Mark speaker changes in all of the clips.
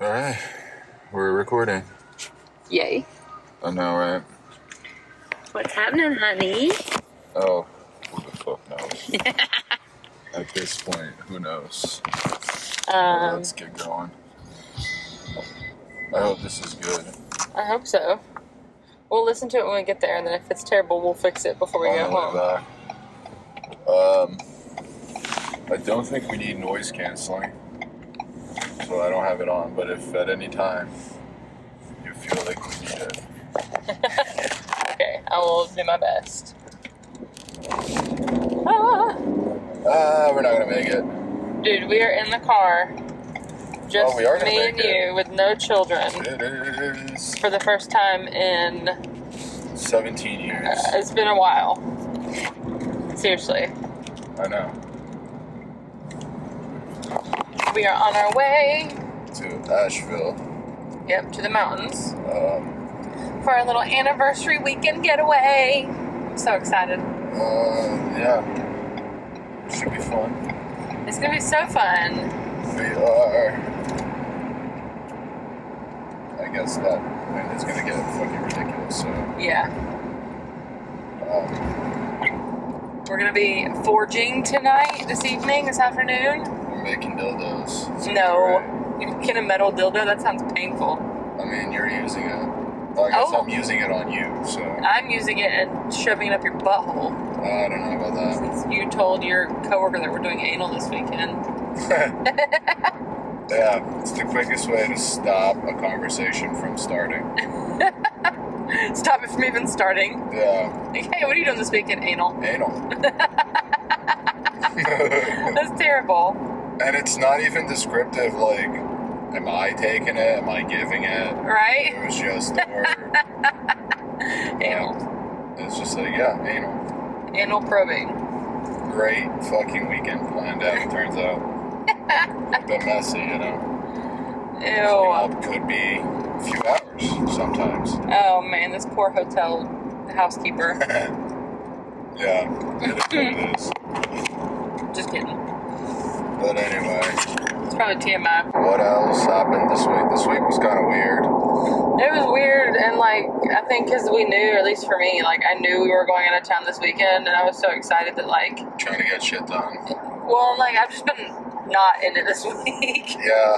Speaker 1: All right, we're recording.
Speaker 2: Yay.
Speaker 1: I know, right?
Speaker 2: What's happening, honey?
Speaker 1: Oh, who the fuck knows? At this point, who knows? Well,
Speaker 2: Um,
Speaker 1: Let's get going. I hope this is good.
Speaker 2: I hope so. We'll listen to it when we get there, and then if it's terrible, we'll fix it before we
Speaker 1: On
Speaker 2: go
Speaker 1: the way
Speaker 2: home.
Speaker 1: back. Um, I don't think we need noise canceling, so I don't have it on. But if at any time you feel like we need it,
Speaker 2: Okay, I will do my best. Ah,
Speaker 1: ah, we're not gonna make it.
Speaker 2: dude, we are in the car. Just
Speaker 1: Oh, we are gonna
Speaker 2: me and
Speaker 1: make it.
Speaker 2: you with no children
Speaker 1: It is
Speaker 2: for the first time in. Uh,
Speaker 1: 17 years.
Speaker 2: it's been a while. Seriously.
Speaker 1: I know.
Speaker 2: We are on our way.
Speaker 1: to Asheville.
Speaker 2: Yep, to the mountains
Speaker 1: Um,
Speaker 2: for our little anniversary weekend getaway. I'm so excited.
Speaker 1: uh, yeah, should be fun.
Speaker 2: It's gonna be so fun.
Speaker 1: We are. I guess that wind is gonna get fucking ridiculous. So
Speaker 2: Yeah,
Speaker 1: um,
Speaker 2: we're gonna be forging tonight, this evening, this afternoon.
Speaker 1: we're making dildos. So
Speaker 2: No, you can a metal dildo. That sounds painful.
Speaker 1: I mean, you're using it. Well, I guess
Speaker 2: Oh.
Speaker 1: I'm using it on you, so
Speaker 2: I'm using it and shoving it up your butthole.
Speaker 1: I don't know about
Speaker 2: Since you told your coworker that we're doing anal this weekend.
Speaker 1: that. yeah, it's the quickest way to stop a conversation from starting.
Speaker 2: Stop it from even starting.
Speaker 1: Yeah,
Speaker 2: Like, hey, what are you doing this weekend, anal?
Speaker 1: anal.
Speaker 2: That's terrible,
Speaker 1: And it's not even descriptive, like, am I taking it? Am I giving it?
Speaker 2: right?
Speaker 1: It was just the word.
Speaker 2: Anal,
Speaker 1: It's just like, yeah, anal.
Speaker 2: anal probing.
Speaker 1: Great fucking weekend planned out, it turns out. It's been messy, you know.
Speaker 2: Ew.
Speaker 1: Cleanup could be a few hours sometimes.
Speaker 2: Oh man, this poor hotel housekeeper.
Speaker 1: Yeah, it is what it is.
Speaker 2: Just kidding.
Speaker 1: But anyway,
Speaker 2: It's probably TMI.
Speaker 1: what else happened this week? This week was kind of weird.
Speaker 2: It was weird, and like I think because we knew, or at least for me, like I knew we were going out of town this weekend, and I was so excited that like,
Speaker 1: Trying to get shit done.
Speaker 2: well, like I've just been not in it this week.
Speaker 1: Yeah.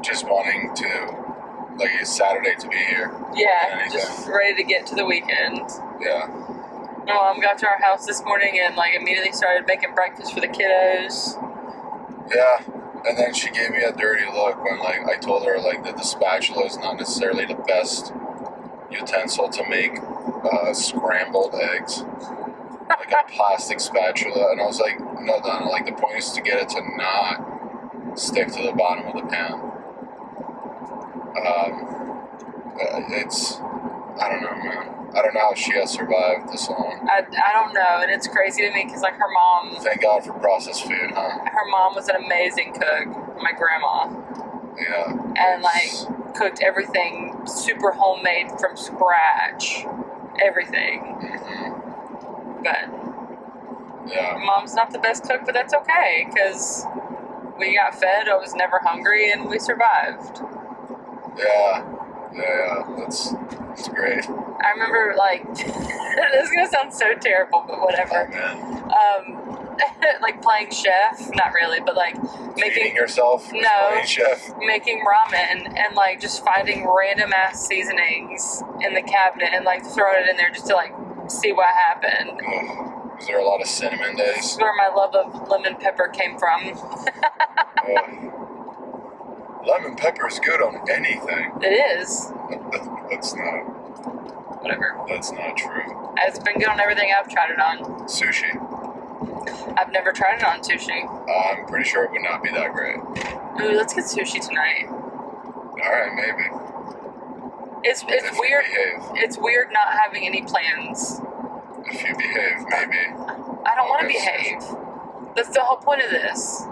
Speaker 1: Just wanting to, like, it's Saturday to be here.
Speaker 2: yeah, just ready to get to the weekend.
Speaker 1: Yeah.
Speaker 2: My mom got to our house this morning and like immediately started making breakfast for the kiddos.
Speaker 1: Yeah, and then she gave me a dirty look when like I told her like that the spatula is not necessarily the best utensil to make uh, scrambled eggs, like a plastic spatula. And I was like, no, Donna. Like the point is to get it to not stick to the bottom of the pan. Um, uh, it's I don't know, man. I don't know how she has survived this long.
Speaker 2: I, I don't know, and it's crazy to me because like her mom,
Speaker 1: Thank God for processed food, huh?
Speaker 2: her mom was an amazing cook, my grandma,
Speaker 1: Yeah.
Speaker 2: and like cooked everything super homemade from scratch, everything.
Speaker 1: Mhm.
Speaker 2: But
Speaker 1: Yeah.
Speaker 2: mom's not the best cook, but that's okay because we got fed. I was never hungry, and we survived.
Speaker 1: Yeah, yeah, yeah. That's that's great.
Speaker 2: I remember like this is gonna sound so terrible, but
Speaker 1: Oh,
Speaker 2: whatever.
Speaker 1: man.
Speaker 2: Um, like playing chef, not really, but like
Speaker 1: Feeding
Speaker 2: making
Speaker 1: yourself with
Speaker 2: No.
Speaker 1: plain chef.
Speaker 2: making ramen and like just finding random ass seasonings in the cabinet and like throwing it in there just to like see what happened.
Speaker 1: Ugh. Was there a lot of cinnamon
Speaker 2: This
Speaker 1: days?
Speaker 2: is where my love of lemon pepper came from.
Speaker 1: Ugh. Lemon pepper is good on anything.
Speaker 2: It is
Speaker 1: That's not.
Speaker 2: whatever.
Speaker 1: That's not true.
Speaker 2: It's been good on everything I've tried it on.
Speaker 1: Sushi.
Speaker 2: I've never tried it on sushi.
Speaker 1: I'm pretty sure it would not be that great.
Speaker 2: Ooh, let's get sushi tonight.
Speaker 1: All right, maybe.
Speaker 2: It's
Speaker 1: if
Speaker 2: it's weird.
Speaker 1: You behave,
Speaker 2: It's weird not having any plans.
Speaker 1: if you behave, maybe.
Speaker 2: I don't want to
Speaker 1: Okay.
Speaker 2: behave. That's the whole point of this.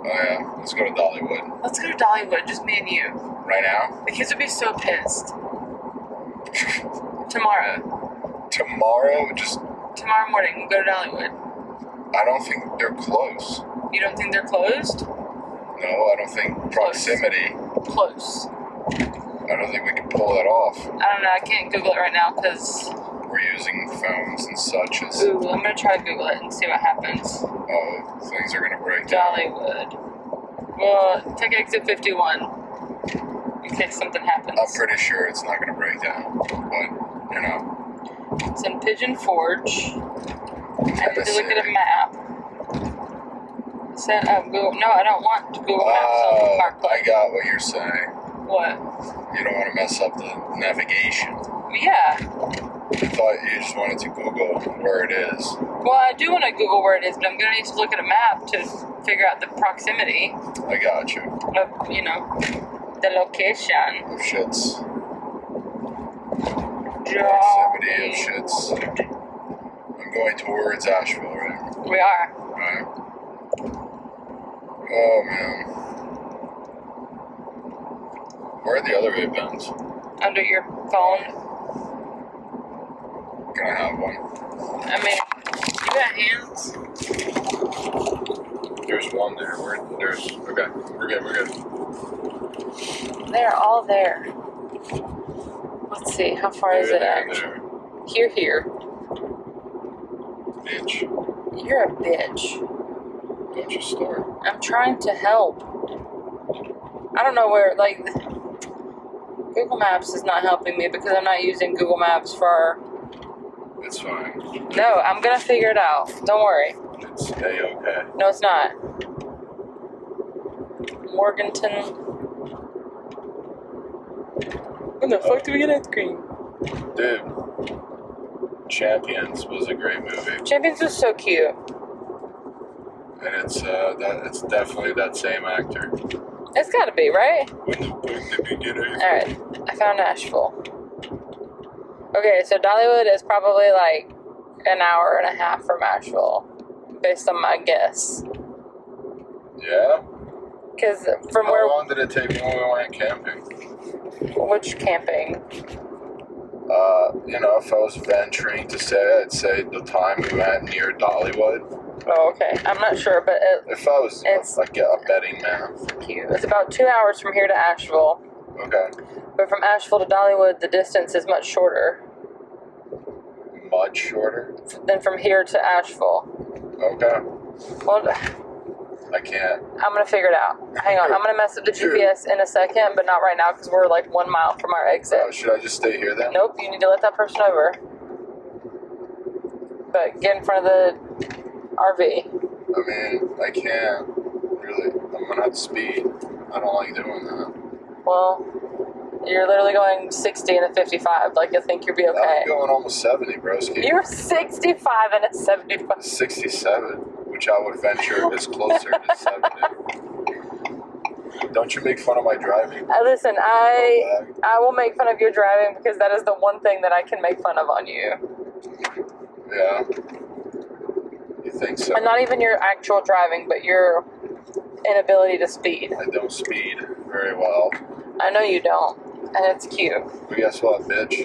Speaker 1: Oh yeah. Let's go to Dollywood
Speaker 2: Let's go to Dollywood, just me and you.
Speaker 1: right now.
Speaker 2: The kids would be so pissed. Tomorrow,
Speaker 1: Tomorrow, just
Speaker 2: tomorrow morning, we'll go to Dollywood.
Speaker 1: I don't think they're close.
Speaker 2: You don't think they're closed?
Speaker 1: No, I don't think proximity
Speaker 2: close.
Speaker 1: I don't think we can pull that off.
Speaker 2: I don't know. I can't Google it right now because
Speaker 1: We're using phones and such as
Speaker 2: ooh, I'm gonna try to Google it and see what happens.
Speaker 1: uh, things are going to break down.
Speaker 2: Dollywood. Well, take exit 51 in case something happens.
Speaker 1: I'm pretty sure it's not going to break down, but you know,
Speaker 2: It's in Pigeon Forge. I had to look at a
Speaker 1: Tennessee.
Speaker 2: map. Said, oh, Google. No, I don't want to Google Maps on the
Speaker 1: Uh,
Speaker 2: park.
Speaker 1: I got what you're saying.
Speaker 2: What?
Speaker 1: You don't want to mess up the navigation.
Speaker 2: Yeah.
Speaker 1: I thought you just wanted to Google where it is.
Speaker 2: Well, I do want to Google where it is, but I'm gonna need to look at a map to figure out the proximity
Speaker 1: I got you.
Speaker 2: of, you know, the location.
Speaker 1: Of shits. Proximity of
Speaker 2: Dollywood.
Speaker 1: shits. I'm going towards Asheville, right?
Speaker 2: We are.
Speaker 1: Right. Oh man. Where are the other events?
Speaker 2: Under your phone.
Speaker 1: Can I have one?
Speaker 2: I mean, you got hands.
Speaker 1: There's one there. Where there's okay. We're good. We're good.
Speaker 2: They're all there. Let's see, how far is it
Speaker 1: there,
Speaker 2: out?
Speaker 1: there.
Speaker 2: Here, here.
Speaker 1: Bitch,
Speaker 2: You're a bitch.
Speaker 1: don't you start.
Speaker 2: I'm trying to help. I don't know where, like, Google Maps is not helping me because I'm not using Google Maps for.
Speaker 1: It's fine.
Speaker 2: No, I'm gonna figure it out. Don't worry.
Speaker 1: It's a okay.
Speaker 2: No, it's not. Morganton. When the fuck do we get ice cream?
Speaker 1: Dude, Champions was a great movie,
Speaker 2: Champions was so cute.
Speaker 1: and it's uh, that it's definitely that same actor.
Speaker 2: It's gotta be, right?
Speaker 1: When the when did we get it?
Speaker 2: Alright, I found Nashville. Okay, so Dollywood is probably like an hour and a half from Nashville, based on my guess.
Speaker 1: Yeah.
Speaker 2: Because from
Speaker 1: How
Speaker 2: where,
Speaker 1: long did it take when we went camping?
Speaker 2: which camping?
Speaker 1: Uh, you know, if I was venturing to say, I'd say the time we went near Dollywood.
Speaker 2: Oh, okay. I'm not sure, but it,
Speaker 1: If I was
Speaker 2: It's-
Speaker 1: like a betting man,
Speaker 2: cute. It's about two hours from here to Asheville,
Speaker 1: okay,
Speaker 2: but from Asheville to Dollywood, the distance is much shorter
Speaker 1: much shorter.
Speaker 2: than from here to Asheville.
Speaker 1: Okay,
Speaker 2: Well,
Speaker 1: I can't.
Speaker 2: I'm gonna figure it out. Hang on, I'm gonna mess up the
Speaker 1: Sure.
Speaker 2: GPS in a second, but not right now because we're like one mile from our exit.
Speaker 1: Uh, should I just stay here then?
Speaker 2: Nope, you need to let that person over. But get in front of the RV.
Speaker 1: I mean, I can't really. I'm gonna have to speed. I don't like doing that.
Speaker 2: Well, you're literally going 60 and a 55. Like, you'll think you'll be okay.
Speaker 1: I'm going almost 70, broski.
Speaker 2: You're 65 and a 75.
Speaker 1: 67, which I would venture is closer to 70. Don't you make fun of my driving.
Speaker 2: Uh, listen, I
Speaker 1: bag.
Speaker 2: I will make fun of your driving because that is the one thing that I can make fun of on you.
Speaker 1: Yeah. You think so?
Speaker 2: And not even your actual driving, but your inability to speed.
Speaker 1: I don't speed very well.
Speaker 2: I know you don't, and it's cute.
Speaker 1: But guess what, bitch?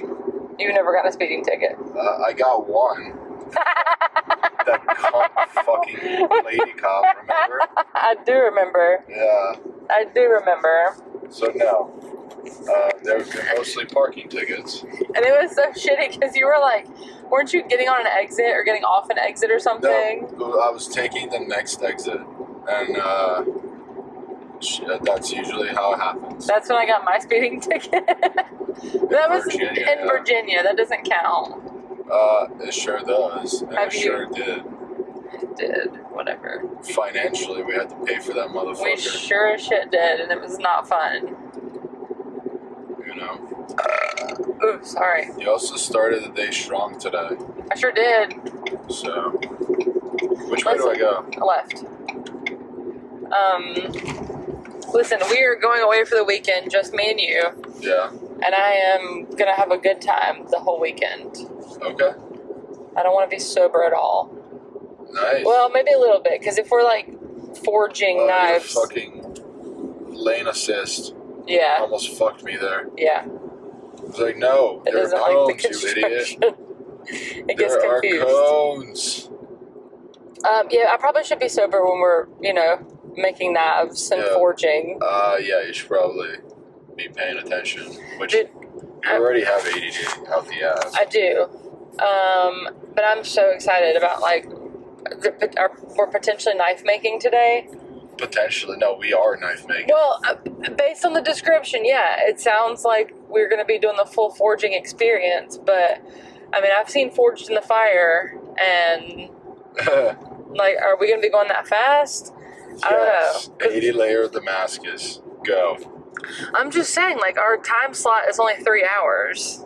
Speaker 2: You never got a speeding ticket.
Speaker 1: Uh, I got one. that cunt fucking lady cop, remember?
Speaker 2: I do remember.
Speaker 1: Yeah.
Speaker 2: I do remember.
Speaker 1: So no, uh, they're, they're mostly parking tickets.
Speaker 2: And it was so shitty because you were like, weren't you getting on an exit or getting off an exit or something?
Speaker 1: No, I was taking the next exit, and uh, sh- uh, that's usually how it happens.
Speaker 2: That's when I got my speeding ticket. that was
Speaker 1: Virginia,
Speaker 2: in
Speaker 1: yeah.
Speaker 2: Virginia. That doesn't count.
Speaker 1: Uh, it sure does, and
Speaker 2: Have
Speaker 1: it
Speaker 2: you-
Speaker 1: sure did.
Speaker 2: It did. Whatever.
Speaker 1: Financially, we had to pay for that
Speaker 2: We
Speaker 1: motherfucker.
Speaker 2: sure as shit did, and it was not fun.
Speaker 1: you know.
Speaker 2: Ooh, sorry.
Speaker 1: You also started the day strong today,
Speaker 2: I sure did.
Speaker 1: so. Which way do I
Speaker 2: Listen.
Speaker 1: go?
Speaker 2: I left. Um, listen, we are going away for the weekend, just me and you,
Speaker 1: Yeah.
Speaker 2: and I am gonna have a good time the whole weekend.
Speaker 1: Okay.
Speaker 2: I don't want to be sober at all.
Speaker 1: Nice.
Speaker 2: Well, maybe a little bit, because if we're like forging
Speaker 1: Oh, your
Speaker 2: knives,
Speaker 1: Fucking lane assist
Speaker 2: yeah,
Speaker 1: almost fucked me there.
Speaker 2: yeah,
Speaker 1: It's like, no,
Speaker 2: it
Speaker 1: there are
Speaker 2: doesn't like the
Speaker 1: cones, you idiot.
Speaker 2: construction. it gets
Speaker 1: There are
Speaker 2: confused.
Speaker 1: cones.
Speaker 2: Um, yeah, I probably should be sober when we're you know making knives and
Speaker 1: Yeah.
Speaker 2: forging.
Speaker 1: Uh, yeah, you should probably. be paying attention, which
Speaker 2: Dude,
Speaker 1: you
Speaker 2: I-
Speaker 1: already have ADD out the ass.
Speaker 2: I do. Um, but I'm so excited about like the, pot- our, for potentially knife making today.
Speaker 1: Potentially, no, we are knife making.
Speaker 2: Well, uh, based on the description, yeah, it sounds like we're going to be doing the full forging experience. But I mean, I've seen forged in the fire, and like, are we going to be going that fast? I don't
Speaker 1: yes,
Speaker 2: know. 'Cause-
Speaker 1: 80 layer Damascus. Go.
Speaker 2: I'm just saying, like, our time slot is only three hours,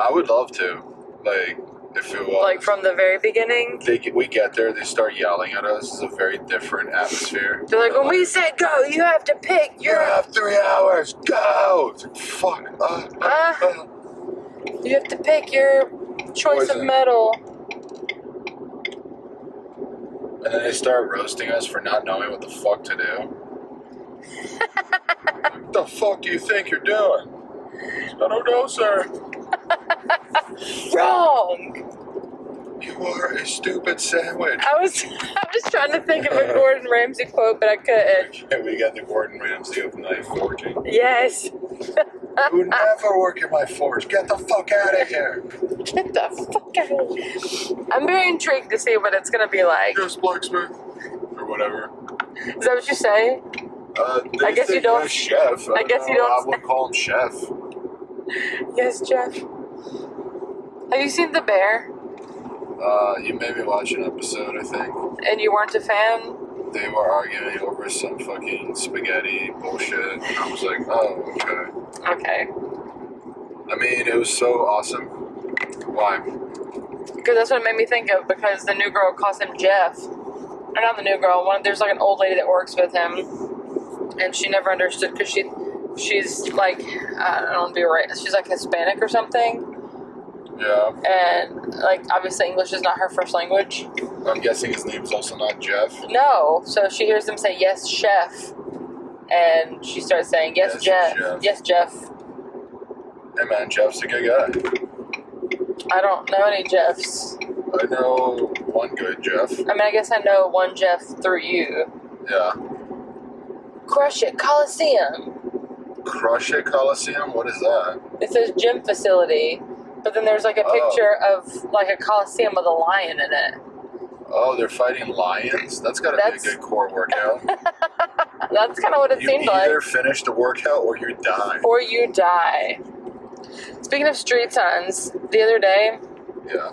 Speaker 1: I would love to. Like, if it was.
Speaker 2: like from the very beginning.
Speaker 1: they get, we get there, they start yelling at us. It's a very different atmosphere.
Speaker 2: They're like, when we say go, you have to pick
Speaker 1: You
Speaker 2: your
Speaker 1: have three hours. Go. It's like, Fuck. Uh, uh,
Speaker 2: Ah.
Speaker 1: uh.
Speaker 2: You have to pick your choice of
Speaker 1: Poison.
Speaker 2: metal.
Speaker 1: And then they start roasting us for not knowing what the fuck to do. what the fuck do you think you're doing? I don't know, sir.
Speaker 2: Wrong.
Speaker 1: You are a stupid sandwich.
Speaker 2: I was I was trying to think of a Gordon Ramsay quote, but I couldn't.
Speaker 1: And we got the Gordon Ramsay of knife forging.
Speaker 2: Yes.
Speaker 1: You would never work in my forge. Get the fuck out of here.
Speaker 2: Get the fuck out of here. I'm very intrigued to see what it's gonna be like.
Speaker 1: Yes, blacksmith. Or whatever.
Speaker 2: Is that what you say?
Speaker 1: Uh, they
Speaker 2: I guess
Speaker 1: say
Speaker 2: you don't-
Speaker 1: yes, Chef. I,
Speaker 2: I guess you
Speaker 1: know,
Speaker 2: don't
Speaker 1: I would call him chef.
Speaker 2: Yes, Jeff. Have you seen The Bear?
Speaker 1: Uh, you made me watch an episode, I think.
Speaker 2: And you weren't a fan?
Speaker 1: They were arguing over some fucking spaghetti bullshit. And I was like, oh, okay.
Speaker 2: Okay.
Speaker 1: I mean, it was so awesome. Why?
Speaker 2: Because that's what it made me think of. Because the new girl calls him Jeff, or not the new girl. One there's like an old lady that works with him, and she never understood because she she's like I don't know, be right. She's like Hispanic or something,
Speaker 1: Yeah.
Speaker 2: and like obviously English is not her first language.
Speaker 1: I'm guessing his name's also not Jeff.
Speaker 2: No, so she hears them say yes, chef, and she starts saying yes,
Speaker 1: Yes,
Speaker 2: Jeff,
Speaker 1: Jeff.
Speaker 2: yes, Jeff.
Speaker 1: Hey man, Jeff's a good guy.
Speaker 2: I don't know any Jeffs.
Speaker 1: I know one good Jeff.
Speaker 2: I mean, I guess I know one Jeff through you.
Speaker 1: Yeah.
Speaker 2: Crush it, Coliseum.
Speaker 1: Crush It Coliseum? What is that?
Speaker 2: It says gym facility, but then there's like a
Speaker 1: Oh.
Speaker 2: picture of like a coliseum with a lion in it.
Speaker 1: Oh, they're fighting lions? That's gotta
Speaker 2: That's-
Speaker 1: be a good core workout.
Speaker 2: That's kind of what it
Speaker 1: you
Speaker 2: seemed
Speaker 1: either
Speaker 2: like.
Speaker 1: finish the workout or you die.
Speaker 2: Or you die. Speaking of street signs, the other day
Speaker 1: Yeah.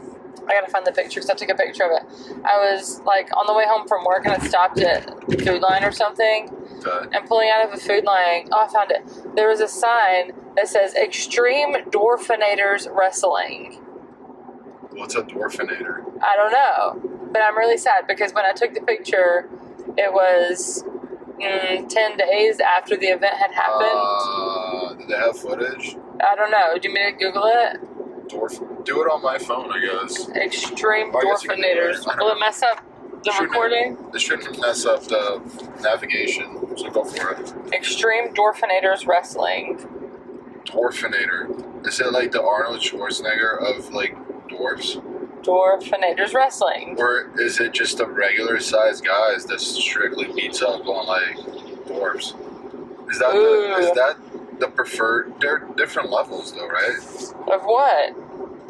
Speaker 2: I gotta find the picture because I took a picture of it. I was like on the way home from work and I stopped at Food Line or something,
Speaker 1: But
Speaker 2: and pulling out of a Food Line, oh, I found it. There was a sign that says "Extreme Dwarfinators Wrestling."
Speaker 1: what's a dwarfinator?
Speaker 2: I don't know, but I'm really sad because when I took the picture, it was mm, ten days after the event had happened.
Speaker 1: Uh, did they have footage?
Speaker 2: I don't know. Do you mean to Google it?
Speaker 1: Dwarf. Do it on my phone, I guess.
Speaker 2: Extreme
Speaker 1: I guess you can do it.
Speaker 2: Dwarfinators.
Speaker 1: I don't
Speaker 2: Will it mess up the
Speaker 1: Shouldn't it?
Speaker 2: recording?
Speaker 1: This shouldn't mess up the navigation, so go for it.
Speaker 2: Extreme Dwarfinators Wrestling.
Speaker 1: Dwarfinator. Is it like the Arnold Schwarzenegger of like dwarfs?
Speaker 2: Dwarfinators Wrestling.
Speaker 1: Or is it just the regular sized guys that strictly beats up on like dwarfs? Is that the,
Speaker 2: Ooh.
Speaker 1: is that the preferred? They're different levels though, right?
Speaker 2: Of what?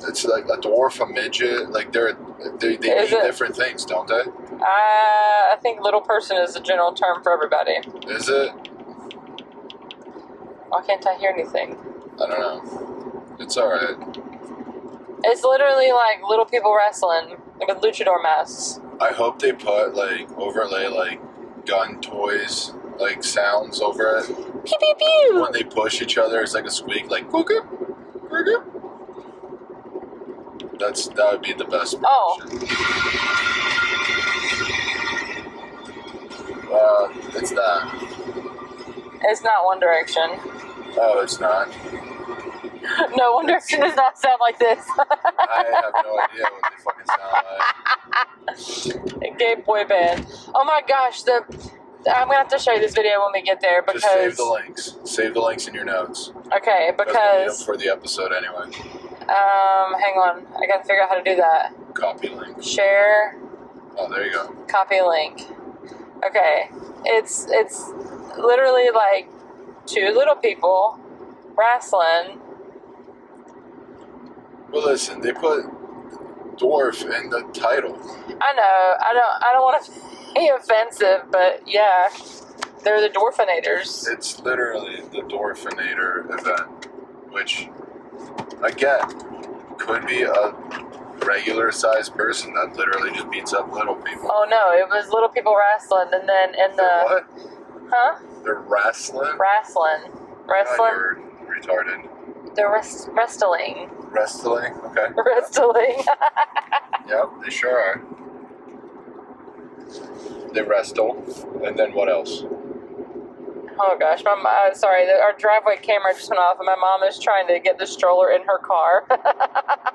Speaker 1: It's like a dwarf, a midget. Like they're they, they
Speaker 2: Is
Speaker 1: mean
Speaker 2: it-
Speaker 1: different things, don't they?
Speaker 2: Uh, I think little person is a general term for everybody.
Speaker 1: Is it?
Speaker 2: Why can't I hear anything?
Speaker 1: I don't know. It's all right.
Speaker 2: It's literally like little people wrestling with luchador masks.
Speaker 1: I hope they put like overlay like gun toys like sounds over it.
Speaker 2: Pew pew pew.
Speaker 1: When they push each other, it's like a squeak, like cuckoo, cuckoo. That's that would be the best.
Speaker 2: Oh.
Speaker 1: version. Uh, it's not.
Speaker 2: It's not One Direction.
Speaker 1: Oh, it's not.
Speaker 2: No, One Direction does not sound like this.
Speaker 1: I have no idea what they fucking sound like.
Speaker 2: Gay boy band. Oh my gosh, the I'm gonna have to show you this video when we get there because
Speaker 1: Just save the links. Save the links in your notes.
Speaker 2: okay,
Speaker 1: That's gonna be up
Speaker 2: because
Speaker 1: for the episode anyway.
Speaker 2: um, hang on, I gotta figure out how to do that.
Speaker 1: Copy link.
Speaker 2: Share,
Speaker 1: Oh, there you go.
Speaker 2: copy link. Okay, it's it's literally like two little people wrestling.
Speaker 1: Well, listen, they put dwarf in the title.
Speaker 2: I know. I don't. I don't want to be offensive, but yeah, they're the Dwarfinators.
Speaker 1: It's literally the Dwarfinator event, which, again, could be a regular sized person that literally just beats up little people.
Speaker 2: Oh no, it was little people wrestling, and then in the
Speaker 1: what?
Speaker 2: huh
Speaker 1: They're wrestling?
Speaker 2: wrestling, wrestling,
Speaker 1: God, you're retarded.
Speaker 2: they're rest, wrestling,
Speaker 1: Wrestling? Okay.
Speaker 2: wrestling.
Speaker 1: Yep, they sure are. They wrestle. And then what else?
Speaker 2: oh gosh, my mo- uh, sorry, the, our driveway camera just went off, and my mom is trying to get the stroller in her car.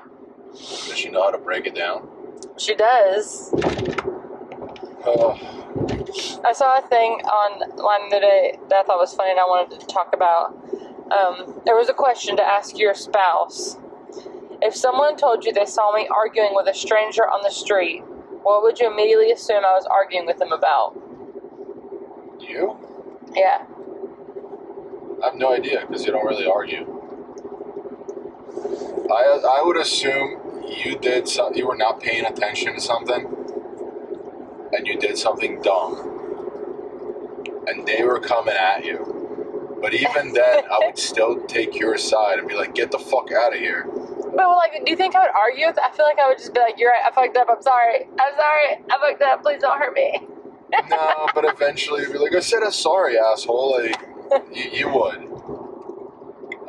Speaker 1: Does she know how to break it down?
Speaker 2: she does.
Speaker 1: Oh,
Speaker 2: I saw a thing online the other day that I thought was funny and I wanted to talk about. Um, there was a question to ask your spouse. If someone told you they saw me arguing with a stranger on the street, what would you immediately assume I was arguing with them about?
Speaker 1: you?
Speaker 2: Yeah.
Speaker 1: I have no idea because you don't really argue. I I would assume you did some, you were not paying attention to something, and you did something dumb, and they were coming at you. But even then, I would still take your side and be like, "Get the fuck out of here."
Speaker 2: But like, do you think I would argue? With, I feel like I would just be like, "You're right. I fucked up. I'm sorry. I'm sorry. I fucked up. Please don't hurt me."
Speaker 1: no, but eventually you'd be like, I said I'm sorry, asshole. Like, you, you would.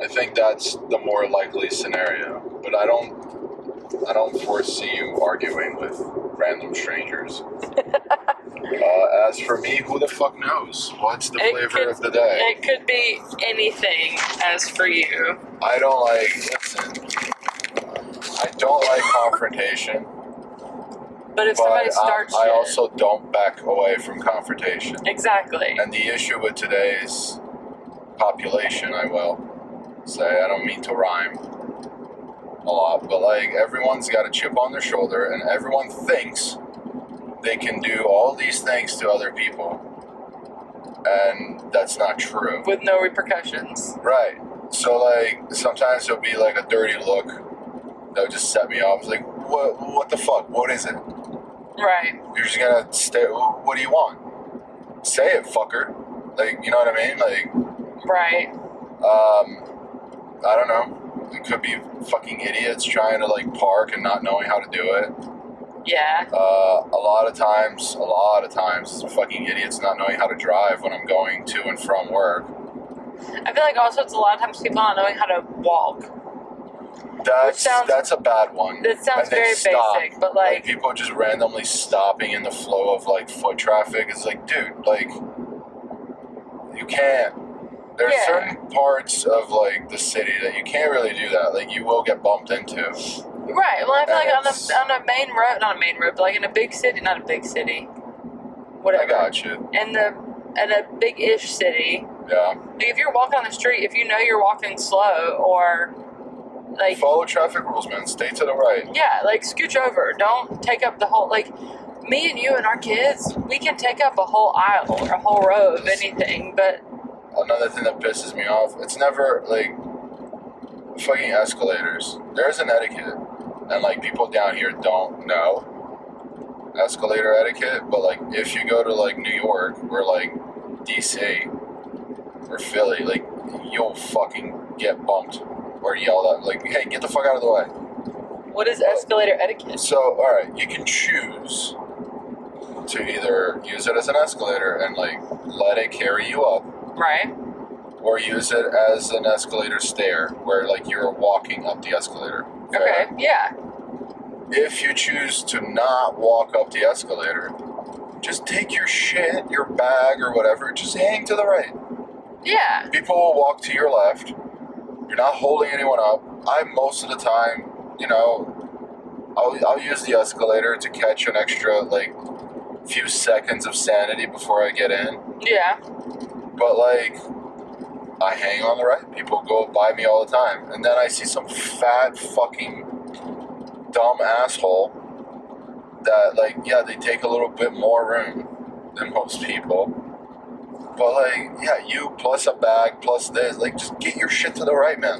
Speaker 1: I think that's the more likely scenario. But I don't, I don't foresee you arguing with random strangers. uh, as for me, who the fuck knows? What's the
Speaker 2: It
Speaker 1: flavor
Speaker 2: could-
Speaker 1: of the day?
Speaker 2: It could be anything. As for you,
Speaker 1: I don't like listen. I don't like confrontation.
Speaker 2: but if
Speaker 1: but
Speaker 2: somebody
Speaker 1: um,
Speaker 2: starts,
Speaker 1: I
Speaker 2: shit-
Speaker 1: also don't back away from confrontation.
Speaker 2: exactly.
Speaker 1: And the issue with today's population, I will say, I don't mean to rhyme a lot, but like everyone's got a chip on their shoulder and everyone thinks they can do all these things to other people. And that's not true.
Speaker 2: with no repercussions.
Speaker 1: Right. So like sometimes it'll be like a dirty look that would just set me off. It's like, what what the fuck? What is it?
Speaker 2: Right.
Speaker 1: you're just gonna stay. What do you want? Say it, fucker. Like, you know what I mean? Like,
Speaker 2: Right.
Speaker 1: um, I don't know. It could be fucking idiots trying to like park and not knowing how to do it.
Speaker 2: Yeah.
Speaker 1: Uh, a lot of times, a lot of times, it's fucking idiots not knowing how to drive when I'm going to and from work.
Speaker 2: I feel like also it's a lot of times people not knowing how to walk.
Speaker 1: That's
Speaker 2: sounds-
Speaker 1: that's a bad one.
Speaker 2: That sounds
Speaker 1: And they
Speaker 2: very
Speaker 1: stop.
Speaker 2: basic, but
Speaker 1: Like,
Speaker 2: like,
Speaker 1: people just randomly stopping in the flow of like foot traffic is like, dude, like you can't. There's
Speaker 2: Yeah.
Speaker 1: certain parts of like the city that you can't really do that. Like you will get bumped into.
Speaker 2: right. Well, I feel like on
Speaker 1: That's-
Speaker 2: a on a main road, not a main road, but like in a big city, not a big city,
Speaker 1: I
Speaker 2: whatever.
Speaker 1: got you.
Speaker 2: In the in a big ish city,
Speaker 1: Yeah.
Speaker 2: like if you're walking on the street, if you know you're walking slow or like
Speaker 1: Follow traffic rules, man. Stay to the right.
Speaker 2: yeah, like scooch over. Don't take up the whole like. Me and you and our kids, we can take up a whole aisle or a whole row of anything, but
Speaker 1: Another thing that pisses me off. It's never like fucking escalators. There's an etiquette, and like people down here don't know escalator etiquette. But like if you go to like New York or like DC or Philly, like you'll fucking get bumped or yelled at. Like hey, get the fuck out of the way.
Speaker 2: what is escalator etiquette?
Speaker 1: So, all right, you can choose to either use it as an escalator and like let it carry you up,
Speaker 2: Right?
Speaker 1: or use it as an escalator stair where like you're walking up the escalator.
Speaker 2: Okay, yeah.
Speaker 1: If you choose to not walk up the escalator, just take your shit, your bag, or whatever, just hang to the right.
Speaker 2: Yeah,
Speaker 1: People will walk to your left. You're not holding anyone up. I, most of the time, you know, I'll, I'll use the escalator to catch an extra, like, few seconds of sanity before I get in.
Speaker 2: yeah,
Speaker 1: But, like, I hang on the right. People go by me all the time. And then I see some fat, fucking, dumb asshole that, like, yeah, they take a little bit more room than most people. But like, yeah, you plus a bag plus this, like, just get your shit to the right, man.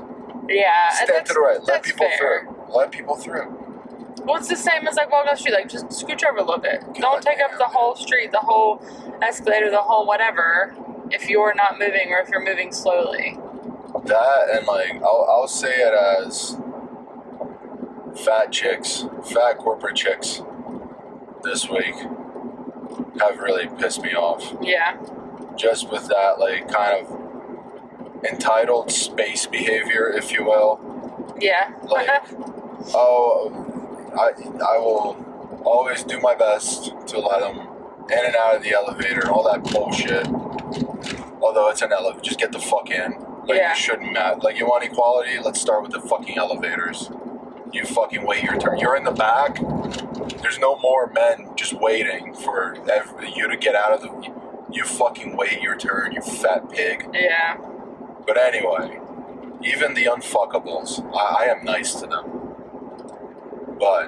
Speaker 2: Yeah, and
Speaker 1: Stand
Speaker 2: that's,
Speaker 1: to the right. Let
Speaker 2: that's
Speaker 1: people
Speaker 2: fair.
Speaker 1: through. Let people through.
Speaker 2: Well, it's the same as like walking down the street. Like, just scooch over a little bit.
Speaker 1: God
Speaker 2: Don't take up
Speaker 1: damn,
Speaker 2: the
Speaker 1: dude.
Speaker 2: whole street, the whole escalator, the whole whatever. If you're not moving or if you're moving slowly,
Speaker 1: That and like, I'll, I'll say it as fat chicks, fat corporate chicks this week have really pissed me off.
Speaker 2: yeah,
Speaker 1: Just with that, like, kind of entitled space behavior, if you will.
Speaker 2: yeah,
Speaker 1: Like, Oh, I, I will always do my best to let them in and out of the elevator and all that bullshit. Although it's an elevator, just get the fuck in. Like,
Speaker 2: Yeah.
Speaker 1: you shouldn't matter. Like, you want equality? Let's start with the fucking elevators. You fucking wait your turn. You're in the back. There's no more men just waiting for ev- you to get out of the. You fucking wait your turn, you fat pig.
Speaker 2: yeah,
Speaker 1: But anyway, even the unfuckables, I, I am nice to them. But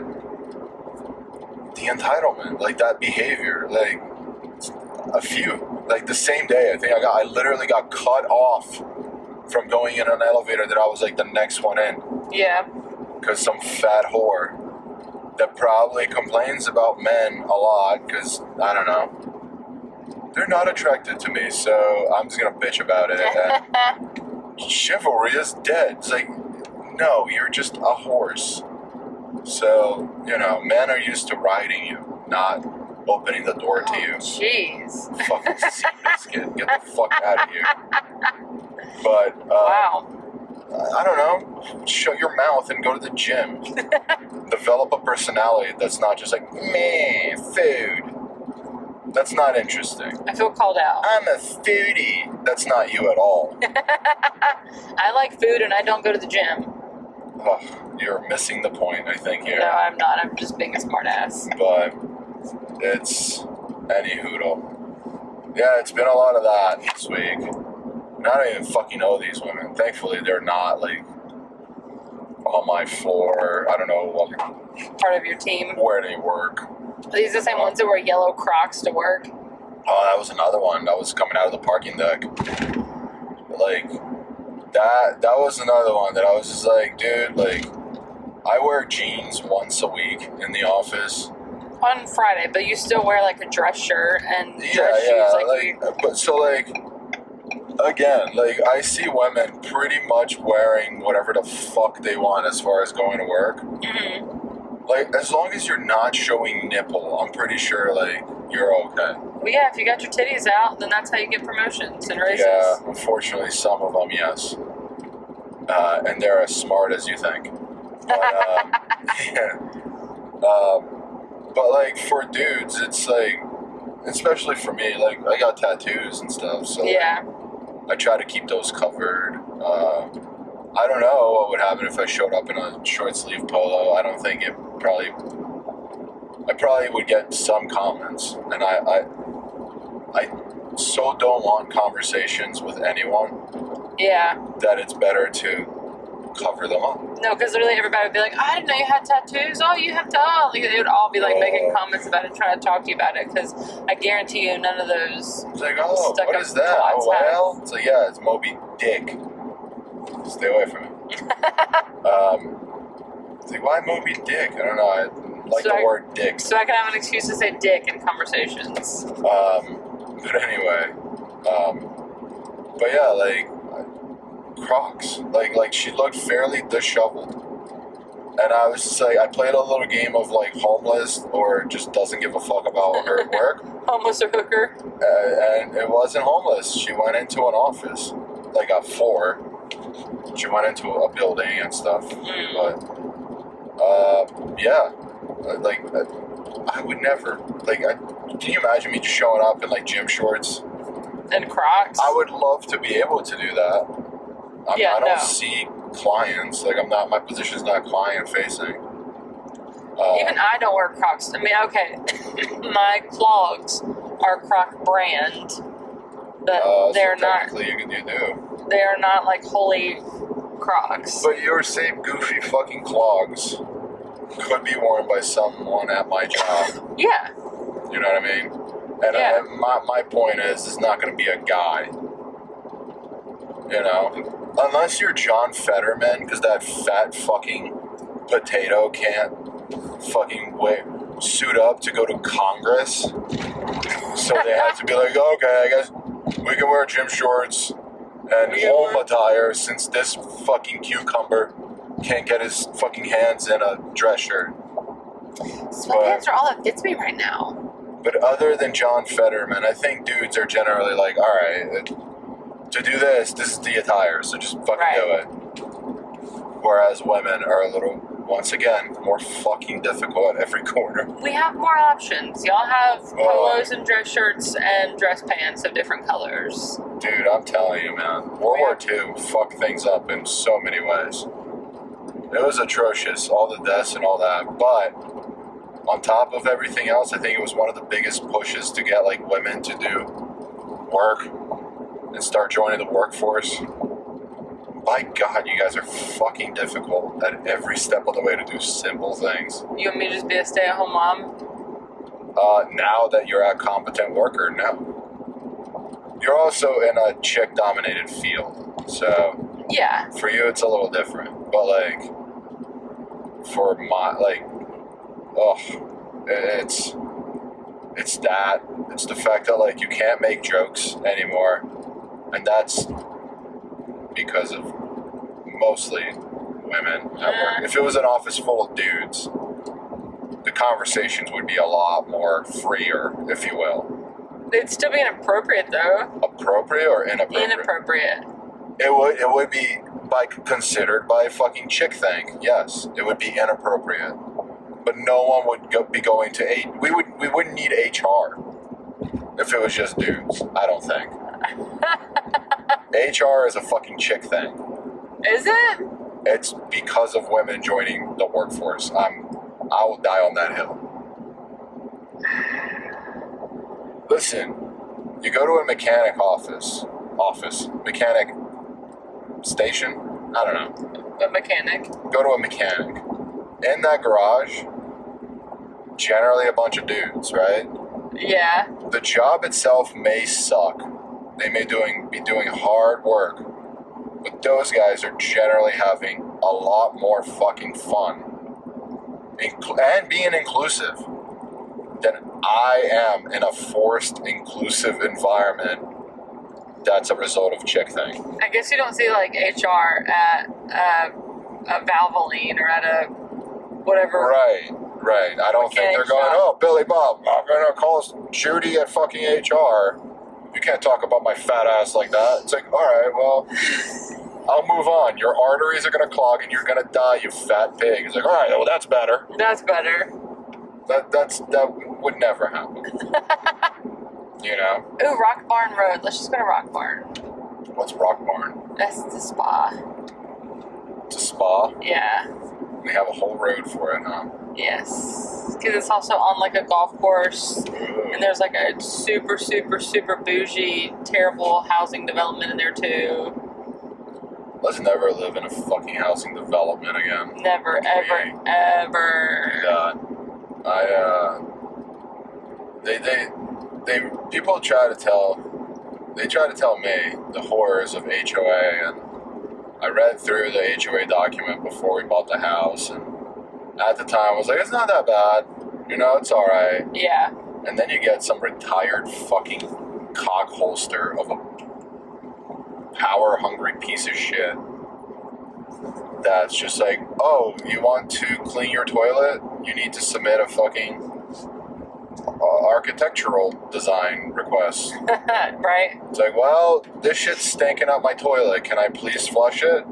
Speaker 1: the entitlement, like that behavior, like a few, like the same day, I think I got, I literally got cut off from going in an elevator that I was like the next one in
Speaker 2: yeah,
Speaker 1: because some fat whore that probably complains about men a lot because I don't know. They're not attracted to me, so I'm just gonna bitch about it. And chivalry is dead. It's like, no, you're just a horse. So, you know, men are used to riding you, not opening the door to you.
Speaker 2: jeez,
Speaker 1: Fucking sea biscuit, get the fuck out of here. But, uh,
Speaker 2: wow,
Speaker 1: I don't know. Shut your mouth and go to the gym. Develop a personality that's not just like, meh, food. That's not interesting.
Speaker 2: I feel called out.
Speaker 1: I'm a foodie. That's not you at all.
Speaker 2: I like food and I don't go to the gym.
Speaker 1: Ugh, you're missing the point, I think, here.
Speaker 2: No, I'm not. I'm just being a smartass.
Speaker 1: but it's any hoodle. Yeah, it's been a lot of that this week. And I don't even fucking know these women. Thankfully, they're not like on my floor. I don't know what,
Speaker 2: Part of your team.
Speaker 1: where they work.
Speaker 2: Are these the same ones that wear yellow Crocs to work?
Speaker 1: Oh, that was another one. That was coming out of the parking deck. Like that. That was another one that I was just like, dude. Like, I wear jeans once a week in the office.
Speaker 2: On Friday, but you still wear like a dress shirt and dress
Speaker 1: yeah,
Speaker 2: shoes.
Speaker 1: yeah,
Speaker 2: Like,
Speaker 1: like,
Speaker 2: you,
Speaker 1: but so like again, like I see women pretty much wearing whatever the fuck they want as far as going to work.
Speaker 2: Mhm.
Speaker 1: Like as long as you're not showing nipple, I'm pretty sure like you're okay.
Speaker 2: Well, yeah, if you got your titties out, then that's how you get promotions and raises.
Speaker 1: Yeah, unfortunately, some of them yes, uh, and they're as smart as you think. But, uh, um, but like for dudes, it's like, especially for me, like I got tattoos and stuff, so like,
Speaker 2: Yeah.
Speaker 1: I try to keep those covered. Uh, I don't know what would happen if I showed up in a short sleeve polo. I don't think it probably. I probably would get some comments, and I, I, I so don't want conversations with anyone
Speaker 2: Yeah.
Speaker 1: that it's better to cover them up.
Speaker 2: No, because literally everybody would be like, I didn't know you had tattoos. Oh, you have to. Oh. Like, they would all be like
Speaker 1: Oh.
Speaker 2: making comments about it, trying to talk to you about it, because I guarantee you none of those.
Speaker 1: It's like, oh,
Speaker 2: Stuck
Speaker 1: what
Speaker 2: up
Speaker 1: is that?
Speaker 2: twats
Speaker 1: Oh, well, it's like, yeah, it's Moby Dick. Stay away from it. um, it's like, why Moby Dick? I don't know. I like
Speaker 2: So
Speaker 1: the
Speaker 2: I-
Speaker 1: word dick.
Speaker 2: So I can have an excuse to say dick in conversations.
Speaker 1: Um, but anyway, um, but yeah, like Crocs, like like she looked fairly disheveled, and I was just like, I played a little game of like homeless or just doesn't give a fuck about her work,
Speaker 2: Homeless or hooker?
Speaker 1: uh, and it wasn't homeless. She went into an office, like a floor. She went into a building and stuff,
Speaker 2: Mm.
Speaker 1: but uh, yeah, Uh, like uh, I would never like. I, can you imagine me just showing up in like gym shorts?
Speaker 2: And Crocs?
Speaker 1: I would love to be able to do that. I,
Speaker 2: Yeah,
Speaker 1: I don't
Speaker 2: no.
Speaker 1: see clients. Like I'm not. My position's not client facing. Uh,
Speaker 2: Even I don't wear Crocs. I mean, okay, my clogs are Croc brand,
Speaker 1: uh,
Speaker 2: but
Speaker 1: so
Speaker 2: they're not.
Speaker 1: technically You can you do.
Speaker 2: They are not like holy Crocs.
Speaker 1: But your same goofy fucking clogs could be worn by someone at my job.
Speaker 2: yeah,
Speaker 1: You know what I mean? And I-
Speaker 2: Yeah.
Speaker 1: my, my point is, it's not going to be a guy. You know? Unless you're John Fetterman, because that fat fucking potato can't fucking wait, suit up to go to Congress. So they had to be like, okay, I guess we can wear gym shorts and
Speaker 2: We can
Speaker 1: home
Speaker 2: wear-
Speaker 1: attire since this fucking cucumber can't get his fucking hands in a dress shirt.
Speaker 3: Sweatpants are all that fits me right now.
Speaker 1: But other than John Fetterman, I think dudes are generally like, all right, to do this, this is the attire, so just fucking do
Speaker 2: Right.
Speaker 1: it. Whereas women are a little, once again, more fucking difficult at every corner.
Speaker 2: We have more options. Y'all have
Speaker 1: Oh.
Speaker 2: polos and dress shirts and dress pants of different colors.
Speaker 1: Dude, I'm telling you, man, World War II fucked things up in so many ways. It was atrocious, all the deaths and all that. But on top of everything else, I think it was one of the biggest pushes to get like women to do work and start joining the workforce. My God, you guys are fucking difficult at every step of the way to do simple things.
Speaker 2: You want me to just be a stay at home mom?
Speaker 1: Uh, now that you're a competent worker, no. You're also in a chick dominated field. So
Speaker 2: Yeah.
Speaker 1: for you, it's a little different. But like, for my, like, oh, it's, it's that. It's the fact that like you can't make jokes anymore. And that's because of mostly women at work.
Speaker 2: Yeah.
Speaker 1: If it was an office full of dudes, the conversations would be a lot more freer, if you will.
Speaker 2: It'd still be inappropriate though.
Speaker 1: Appropriate or inappropriate?
Speaker 2: Inappropriate.
Speaker 1: It would it would be by considered by a fucking chick thing. Yes, it would be inappropriate. But no one would go, be going to a we would we wouldn't need HR if it was just dudes. I don't think. HR is a fucking chick thing.
Speaker 2: Is it?
Speaker 1: It's because of women joining the workforce. I'm, I will die on that hill. Listen, you go to a mechanic office, office, mechanic station. I don't know.
Speaker 2: A mechanic.
Speaker 1: Go to a mechanic. In that garage, generally a bunch of dudes, right?
Speaker 2: Yeah.
Speaker 1: The job itself may suck. They may doing be doing hard work, but those guys are generally having a lot more fucking fun Inclu- and being inclusive than I am in a forced inclusive environment. That's a result of chick thing.
Speaker 2: I guess you don't see like HR at uh, a Valvoline or at a whatever.
Speaker 1: Right, right. I don't think they're going.
Speaker 2: Mechanic
Speaker 1: Oh, Billy Bob, I'm gonna call Judy at fucking HR. You can't talk about my fat ass like that. It's like, all right, well, I'll move on. Your arteries are gonna clog and you're gonna die, you fat pig. It's like, all right, well, that's better.
Speaker 2: That's better.
Speaker 1: That that's that would never happen. you know
Speaker 2: Ooh, Rock Barn Road. Let's just go to Rock Barn.
Speaker 1: what's Rock Barn?
Speaker 2: That's the spa.
Speaker 1: It's a spa.
Speaker 2: Yeah.
Speaker 1: and They have a whole road for it, huh?
Speaker 2: Yes. Because it's also on like a golf course, and there's like a super, super, super bougie, terrible housing development in there too.
Speaker 1: Let's never live in a fucking housing development again.
Speaker 2: Never, ever, ever.
Speaker 1: God, I uh, they they they people try to tell they try to tell me the horrors of HOA, and I read through the HOA document before we bought the house, and at the time I was like, it's not that bad, you know, it's all right.
Speaker 2: Yeah.
Speaker 1: And then you get some retired fucking cock holster of a power hungry piece of shit that's just like, oh, you want to clean your toilet? You need to submit a fucking uh, architectural design request.
Speaker 2: right.
Speaker 1: It's like, well, this shit's stinking up my toilet. Can I please flush it?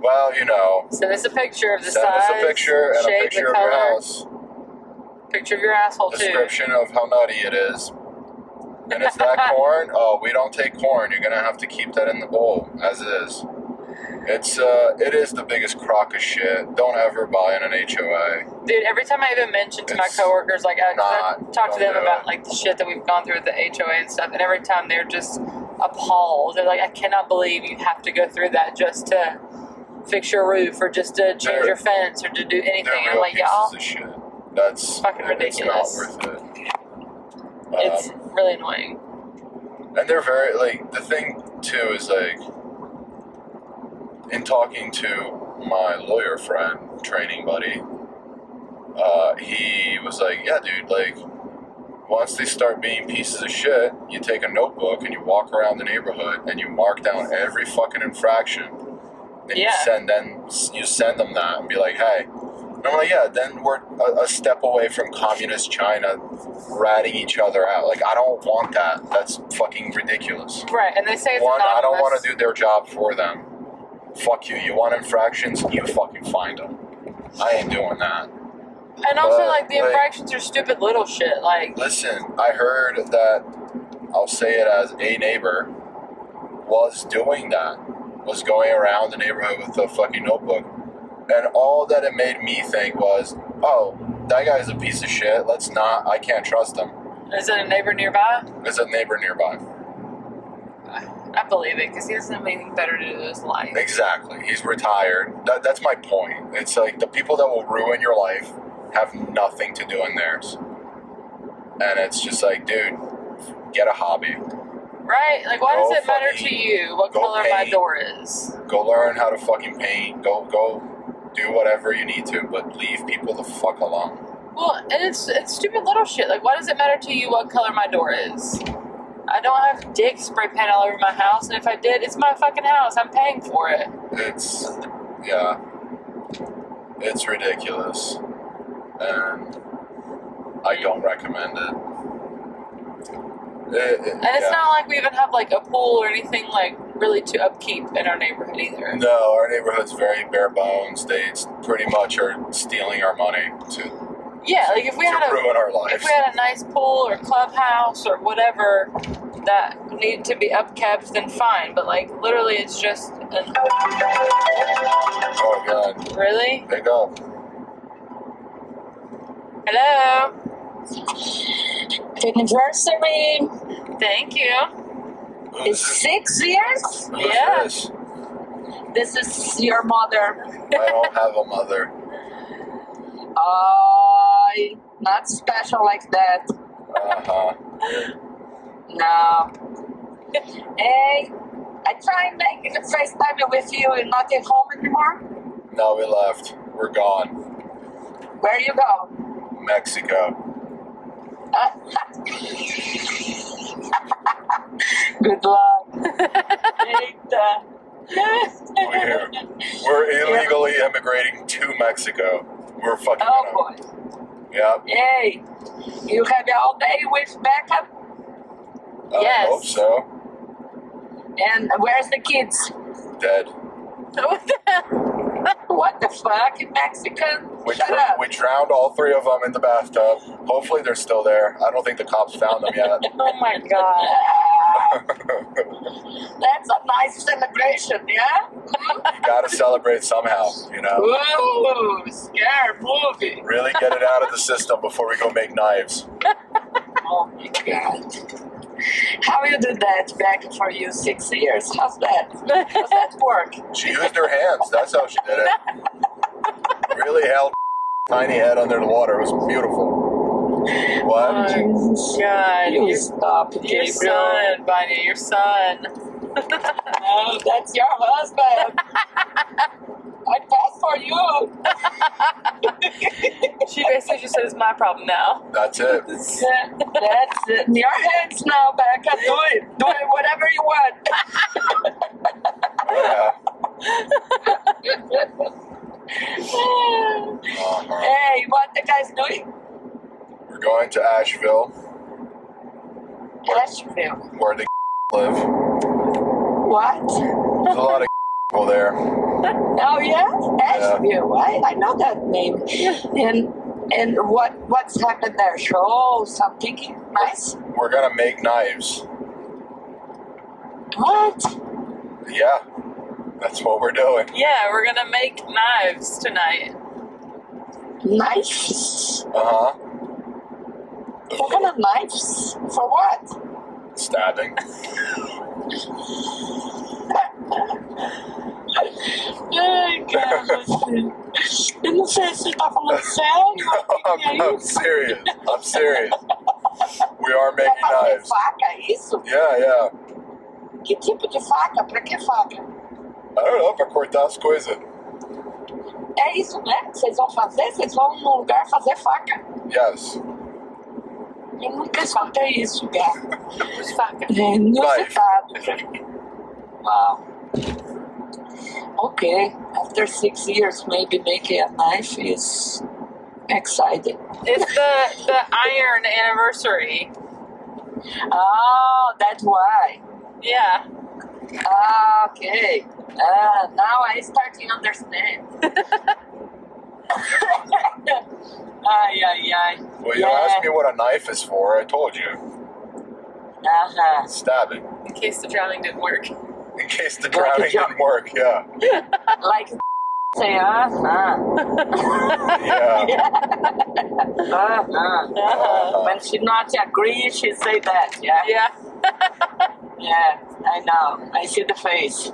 Speaker 1: Well, you know,
Speaker 2: Send us a picture of the
Speaker 1: send
Speaker 2: size,
Speaker 1: us a picture and
Speaker 2: shape,
Speaker 1: a picture
Speaker 2: the
Speaker 1: of
Speaker 2: color,
Speaker 1: your house.
Speaker 2: picture of your asshole too.
Speaker 1: description of how nutty it is. And is that corn? Oh, we don't take corn. You're gonna have to keep that in the bowl as is. It's uh, it is the biggest crock of shit. Don't ever buy in an HOA.
Speaker 2: Dude, every time I even mention to my
Speaker 1: It's
Speaker 2: coworkers, like, I, 'cause I
Speaker 1: not-
Speaker 2: talk to
Speaker 1: don't
Speaker 2: them
Speaker 1: do
Speaker 2: about
Speaker 1: it.
Speaker 2: like the shit that we've gone through at the HOA and stuff, and every time they're just appalled. They're like, I cannot believe you have to go through that just to fix your roof or just to change
Speaker 1: They're-
Speaker 2: your fence or to do anything.
Speaker 1: They're
Speaker 2: And
Speaker 1: real
Speaker 2: I'm like,
Speaker 1: pieces
Speaker 2: y'all,
Speaker 1: of shit. That's
Speaker 2: Fucking
Speaker 1: it's
Speaker 2: ridiculous.
Speaker 1: not worth it. Um,
Speaker 2: It's- really annoying.
Speaker 1: And they're very like the thing too is like in talking to my lawyer friend, training buddy, uh, he was like, Yeah, dude, like once they start being pieces of shit, you take a notebook and you walk around the neighborhood and you mark down every fucking infraction. And you
Speaker 2: Yeah.
Speaker 1: send them you send them that and be like, hey. And I'm like, yeah, then we're a, a step away from communist China ratting each other out. Like, I don't want that. That's fucking ridiculous.
Speaker 2: Right, and they say it's
Speaker 1: One,
Speaker 2: anonymous.
Speaker 1: I don't want to do their job for them. Fuck you. You want infractions? You fucking find them. I ain't doing that.
Speaker 2: And also,
Speaker 1: uh,
Speaker 2: like the
Speaker 1: like-
Speaker 2: infractions are stupid little shit. Like,
Speaker 1: Listen, I heard that, I'll say it as a neighbor, was doing that, was going around the neighborhood with a fucking notebook. And all that it made me think was, oh, that guy's a piece of shit. Let's not, I can't trust him.
Speaker 2: is it a neighbor nearby?
Speaker 1: There's a neighbor nearby.
Speaker 2: I believe it because he doesn't have anything better to do with his life.
Speaker 1: Exactly. He's retired. That, that's my point. It's like the people that will ruin your life have nothing to do in theirs. And it's just like, dude, get a hobby.
Speaker 2: Right? Like, why
Speaker 1: Go
Speaker 2: does it matter to
Speaker 1: fucking-
Speaker 2: you what
Speaker 1: go
Speaker 2: color my
Speaker 1: paint.
Speaker 2: door is?
Speaker 1: go learn how to fucking paint go go do whatever you need to but leave people the fuck alone
Speaker 2: Well, and it's it's stupid little shit. Like, why does it matter to you what color my door is? I don't have dick spray paint all over my house, and if I did, it's my fucking house. I'm paying for it.
Speaker 1: it's yeah it's ridiculous and i don't recommend it, It- it-
Speaker 2: And it's
Speaker 1: yeah.
Speaker 2: not like we even have like a pool or anything like really to upkeep in our neighborhood either.
Speaker 1: no our neighborhood's very bare bones they s- pretty much are stealing our money to,
Speaker 2: Yeah, like if we
Speaker 1: to
Speaker 2: had a
Speaker 1: ruin our
Speaker 2: if
Speaker 1: lives
Speaker 2: we had a nice pool or clubhouse or whatever that needed to be upkept, then fine. But like literally, it's just an,
Speaker 1: oh god
Speaker 2: really
Speaker 1: pick up
Speaker 2: hello.
Speaker 4: Good anniversary.
Speaker 2: Thank you.
Speaker 1: Who's
Speaker 4: It's
Speaker 1: this?
Speaker 4: six years.
Speaker 1: Who's
Speaker 2: Yeah.
Speaker 1: this?
Speaker 4: This is your mother.
Speaker 1: i don't have a mother
Speaker 4: I not special like that.
Speaker 1: uh-huh
Speaker 4: No. hey, I try and make a FaceTime with you and not at home anymore.
Speaker 1: No, we left. We're gone.
Speaker 4: Where you go?
Speaker 1: Mexico.
Speaker 4: Good luck. Hey, uh,
Speaker 1: We're, we're illegally immigrating to Mexico. We're fucking.
Speaker 4: oh
Speaker 1: gonna-
Speaker 4: boy.
Speaker 1: Yep.
Speaker 4: Hey, you have your all day with Beckham?
Speaker 1: I
Speaker 2: Yes.
Speaker 1: hope so.
Speaker 4: And where's the kids?
Speaker 1: Dead.
Speaker 2: What the hell?
Speaker 4: What the fuck? Mexican?
Speaker 1: We,
Speaker 4: Shut
Speaker 1: dr-
Speaker 4: up.
Speaker 1: we drowned all three of them in the bathtub. Hopefully they're still there. I don't think the cops found them yet.
Speaker 2: Oh my god.
Speaker 4: That's a nice celebration, yeah?
Speaker 1: you gotta celebrate somehow, you know?
Speaker 4: Ooh, scare movie.
Speaker 1: Really get it out of the system before we go make knives.
Speaker 4: Oh my god. How you do that back for you six years? How's that? How's that work?
Speaker 1: She used her hands. That's how she did it. Really held tiny head under the water. It was beautiful. What?
Speaker 2: Oh my god.
Speaker 4: You
Speaker 2: Your,
Speaker 4: stop,
Speaker 2: your
Speaker 4: Gabriel.
Speaker 2: son, Bonnie, your son.
Speaker 4: No, oh, that's your husband. I pass for you.
Speaker 2: She basically just said it's my problem now.
Speaker 1: That's it.
Speaker 4: Yeah, That's it. in your hands now, Becca. Do it. Do it whatever you want.
Speaker 1: Yeah. Uh-huh.
Speaker 4: hey, what the guy's doing?
Speaker 1: We're going to Asheville,
Speaker 4: Asheville.
Speaker 1: where the live.
Speaker 4: What?
Speaker 1: There's a lot of people there.
Speaker 4: Oh yeah, Asheville. I, I know that name. And and what what's happened there? Show something nice.
Speaker 1: We're gonna make knives.
Speaker 4: What?
Speaker 1: Yeah, that's what we're doing.
Speaker 2: Yeah, we're gonna make knives tonight.
Speaker 4: Knives?
Speaker 1: Uh
Speaker 4: What kind of knives? For what?
Speaker 1: huh. Stabbing.
Speaker 4: Ai, cara, você- Eu não sei se você tá falando sério.
Speaker 1: I'm, I'm serious. I'm serious. We are
Speaker 4: É
Speaker 1: making
Speaker 4: bater
Speaker 1: knives.
Speaker 4: faca, é isso?
Speaker 1: Yeah, yeah.
Speaker 4: Que tipo de faca? Pra que faca?
Speaker 1: I don't know, pra cortar as coisas.
Speaker 4: É isso, né? Vocês vão fazer, vocês vão num lugar fazer faca.
Speaker 1: Yes.
Speaker 4: Eu nunca escutei isso, cara.
Speaker 3: Who's fucking?
Speaker 4: É inusitado. Wow. Okay, after six years, maybe making a knife is exciting.
Speaker 2: It's the the iron anniversary.
Speaker 4: Oh, that's why.
Speaker 2: Yeah.
Speaker 4: Ah, okay. Ah, now I start to understand. ay, ay, ay.
Speaker 1: Well, you
Speaker 4: Yeah.
Speaker 1: asked me what a knife is for. I told you.
Speaker 4: Uh-huh.
Speaker 1: Stabbing.
Speaker 2: In case the drowning didn't work.
Speaker 1: In case the
Speaker 4: Like a
Speaker 1: drowning
Speaker 4: jump.
Speaker 1: didn't work. Yeah.
Speaker 4: Like say, uh-huh.
Speaker 1: Yeah.
Speaker 4: Uh-huh.
Speaker 1: Uh-huh.
Speaker 4: When she not agree, she say that, yeah?
Speaker 2: Yeah.
Speaker 4: Yeah, I know. I see the face.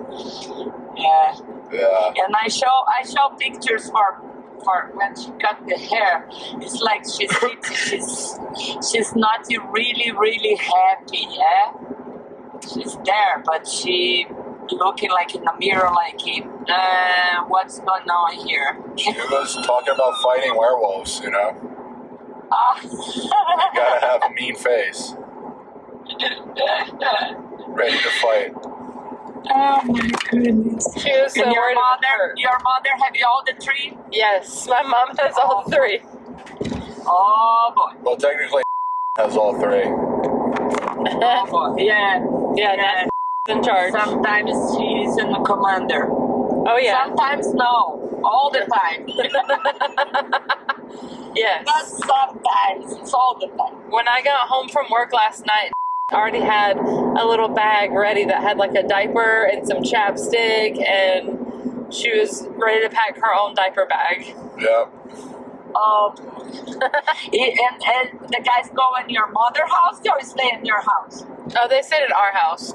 Speaker 4: Yeah.
Speaker 1: Yeah.
Speaker 4: And I show I show pictures for for when she cut the hair. It's like she's she's she's not really really happy, yeah. She's there, but she looking like in the mirror, like uh, what's going on here?
Speaker 1: She was talking about fighting werewolves, you know?
Speaker 4: Ah.
Speaker 1: Gotta have a mean face. Ready to fight.
Speaker 4: oh my goodness!
Speaker 2: She was so
Speaker 4: and your
Speaker 2: worried about
Speaker 4: mother,
Speaker 2: her.
Speaker 4: your mother, have you all the three?
Speaker 2: Yes, my mom has all three.
Speaker 4: Oh boy!
Speaker 1: Well, technically, has all three.
Speaker 4: Oh boy! Yeah,
Speaker 2: Yeah,
Speaker 4: yeah.
Speaker 2: that's in charge.
Speaker 4: Sometimes she's in the commander.
Speaker 2: Oh yeah.
Speaker 4: Sometimes no, all the time.
Speaker 2: Yes.
Speaker 4: Not sometimes, it's all the time.
Speaker 2: When I got home from work last night, already had a little bag ready that had like a diaper and some chapstick, and she was ready to pack her own diaper bag.
Speaker 1: Yeah.
Speaker 4: Um, and, and the guys go in your mother house or stay in your house?
Speaker 2: Oh, they stayed at our house.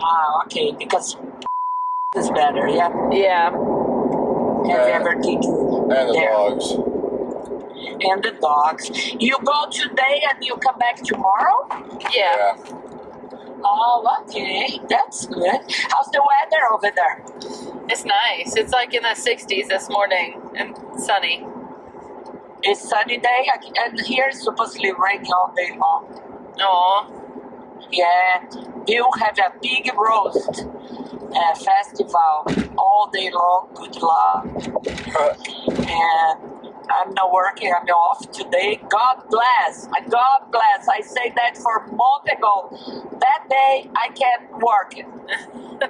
Speaker 4: Ah, okay, because is better, yeah.
Speaker 2: Yeah.
Speaker 4: Have you
Speaker 1: Yeah.
Speaker 4: ever taken
Speaker 1: And the
Speaker 4: there?
Speaker 1: dogs.
Speaker 4: And the dogs. You go today and you come back tomorrow?
Speaker 2: Yeah.
Speaker 1: Yeah.
Speaker 4: Oh, okay, that's good. How's the weather over there?
Speaker 2: It's nice. It's like in the 60s this morning and sunny.
Speaker 4: It's sunny day, and here it's supposedly raining all day long.
Speaker 2: Oh,
Speaker 4: Yeah, we'll have a big roast uh, festival all day long. Good luck. And I'm not working, I'm off today. God bless. Uh, God bless. I say that for month ago. That day I can't work.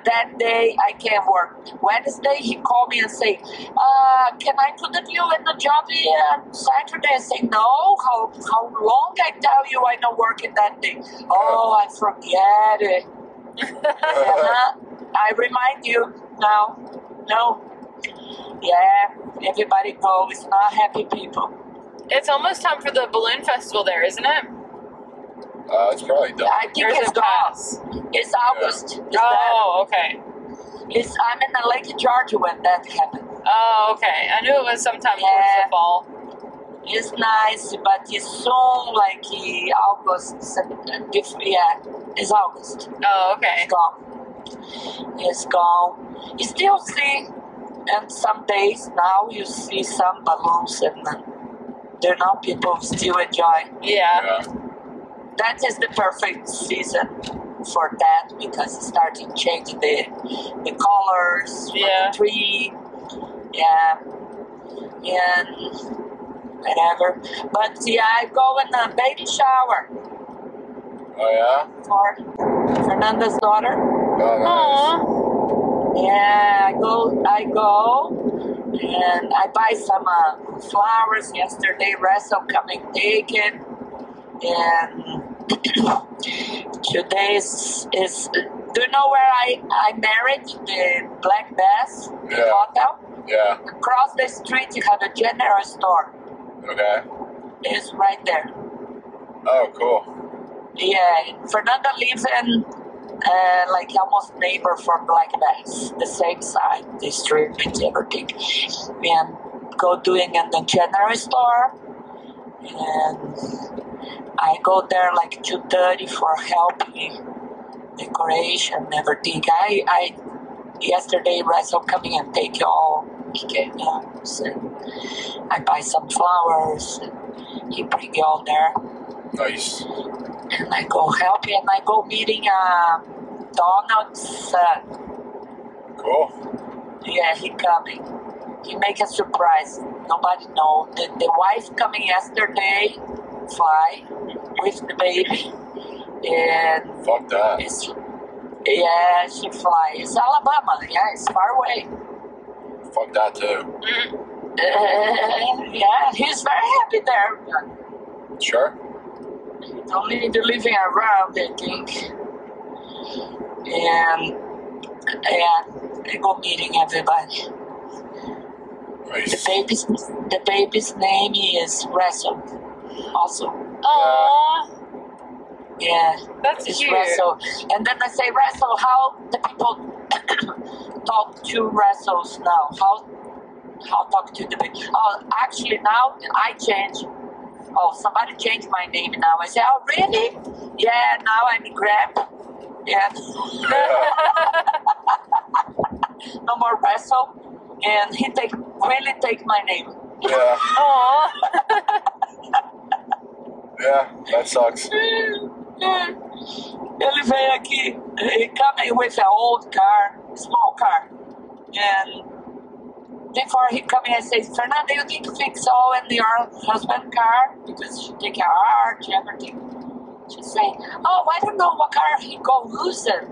Speaker 4: that day I can't work. Wednesday he called me and say, uh, "Can I put you in the job on Saturday?" I say, "No. How how long I tell you I not working that day? Oh, I forget it. Uh-huh. I remind you now. No. Yeah, everybody go. It's not happy people.
Speaker 2: it's almost time for the balloon festival there, isn't it?
Speaker 1: uh, it's probably done.
Speaker 4: I think
Speaker 2: Or is
Speaker 4: it's
Speaker 2: it
Speaker 4: gone.
Speaker 2: past?
Speaker 4: It's August. It's, that,
Speaker 2: Oh, okay.
Speaker 4: it's I'm in the Lake Georgia when that happened.
Speaker 2: Oh, okay. I knew it was sometime towards
Speaker 4: Yeah.
Speaker 2: the fall.
Speaker 4: It's nice, but it's soon like eh, August. Sept- diff- Yeah, it's August.
Speaker 2: Oh, okay.
Speaker 4: It's gone. It's gone. You still see, and some days now you see some balloons, and uh, they're not people still enjoy.
Speaker 2: Yeah.
Speaker 1: Yeah.
Speaker 4: That is the perfect season for that because it's starting changing the the colors, for
Speaker 2: Yeah.
Speaker 4: the tree, yeah, and whatever. But yeah, I go in the baby shower
Speaker 1: Oh,
Speaker 4: for Fernanda's daughter.
Speaker 1: yeah? Oh,
Speaker 2: Aw.
Speaker 4: Yeah, I go, I go, and I buy some uh, flowers yesterday. Russell coming take it, and today is, is. Do you know where I I married the Black Bass the
Speaker 1: Yeah.
Speaker 4: hotel?
Speaker 1: nice. Yeah.
Speaker 4: Across the street, you have a general store.
Speaker 1: Okay.
Speaker 4: It's right there.
Speaker 1: Oh, cool.
Speaker 4: Yeah, Fernanda lives in uh, like almost neighbor from Black Bass, the same side, the street, everything. And go doing in the general store. And I go there like two thirty for helping decoration and everything. I I yesterday Russell coming and take you all hiccups and I buy some flowers and he bring you all there
Speaker 1: Nice.
Speaker 4: and I go helping and I go meeting uh Donald's son.
Speaker 1: Cool.
Speaker 4: Yeah, he coming. He make a surprise. Nobody know. The, the wife coming yesterday, fly with the baby, and
Speaker 1: Fuck that.
Speaker 4: it's, yeah, she fly. It's Alabama. Yeah, it's far away.
Speaker 1: Fuck that too.
Speaker 4: Uh, yeah, he's very happy there.
Speaker 1: Sure.
Speaker 4: Only the living around, I think. And and I go meeting everybody. The
Speaker 1: Nice.
Speaker 4: baby's the baby's name is Russell. Also,
Speaker 2: Aww,
Speaker 4: yeah,
Speaker 2: that's
Speaker 4: it's
Speaker 2: cute.
Speaker 4: Russell. And then I say, Russell, how the people talk to Russells now? How how talk to the baby? Oh, actually, now I change. Oh, somebody changed my name now. I say, oh, really? Yeah, now I'm Grab. Yeah,
Speaker 1: Yeah.
Speaker 4: no more Russell. And he take really take my name.
Speaker 1: Yeah.
Speaker 2: Aww.
Speaker 1: Yeah. That sucks.
Speaker 4: Ele veio aqui, he coming with an old car, small car. And before he coming, I say, Fernanda, you need to fix all in your husband car because she take a arch, everything. She say, oh, I don't know what car he go losing.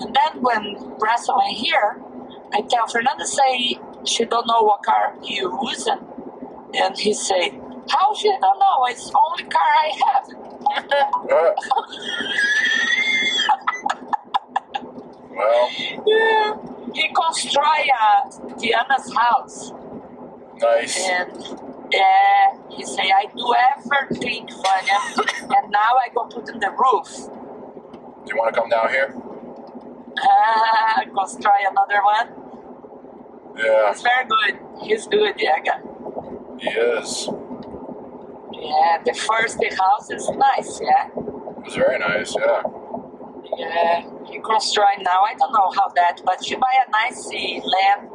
Speaker 4: And then when Russell went here, I tell Fernanda say she don't know what car he losing. And he say, how she don't know? It's only car I have.
Speaker 1: Yeah. Well,
Speaker 4: Yeah. He construy uh, Diana's house,
Speaker 1: nice.
Speaker 4: and yeah, he say I do everything for them, and now I go put in the roof.
Speaker 1: Do you want to come down here?
Speaker 4: Uh, construy another one.
Speaker 1: Yeah.
Speaker 4: He's very good. He's good, yeah. guy.
Speaker 1: He is.
Speaker 4: Yeah, the first house is nice, yeah.
Speaker 1: It was very nice. Yeah.
Speaker 4: Yeah, he construy now. I don't know how that, but she buy a nice uh, land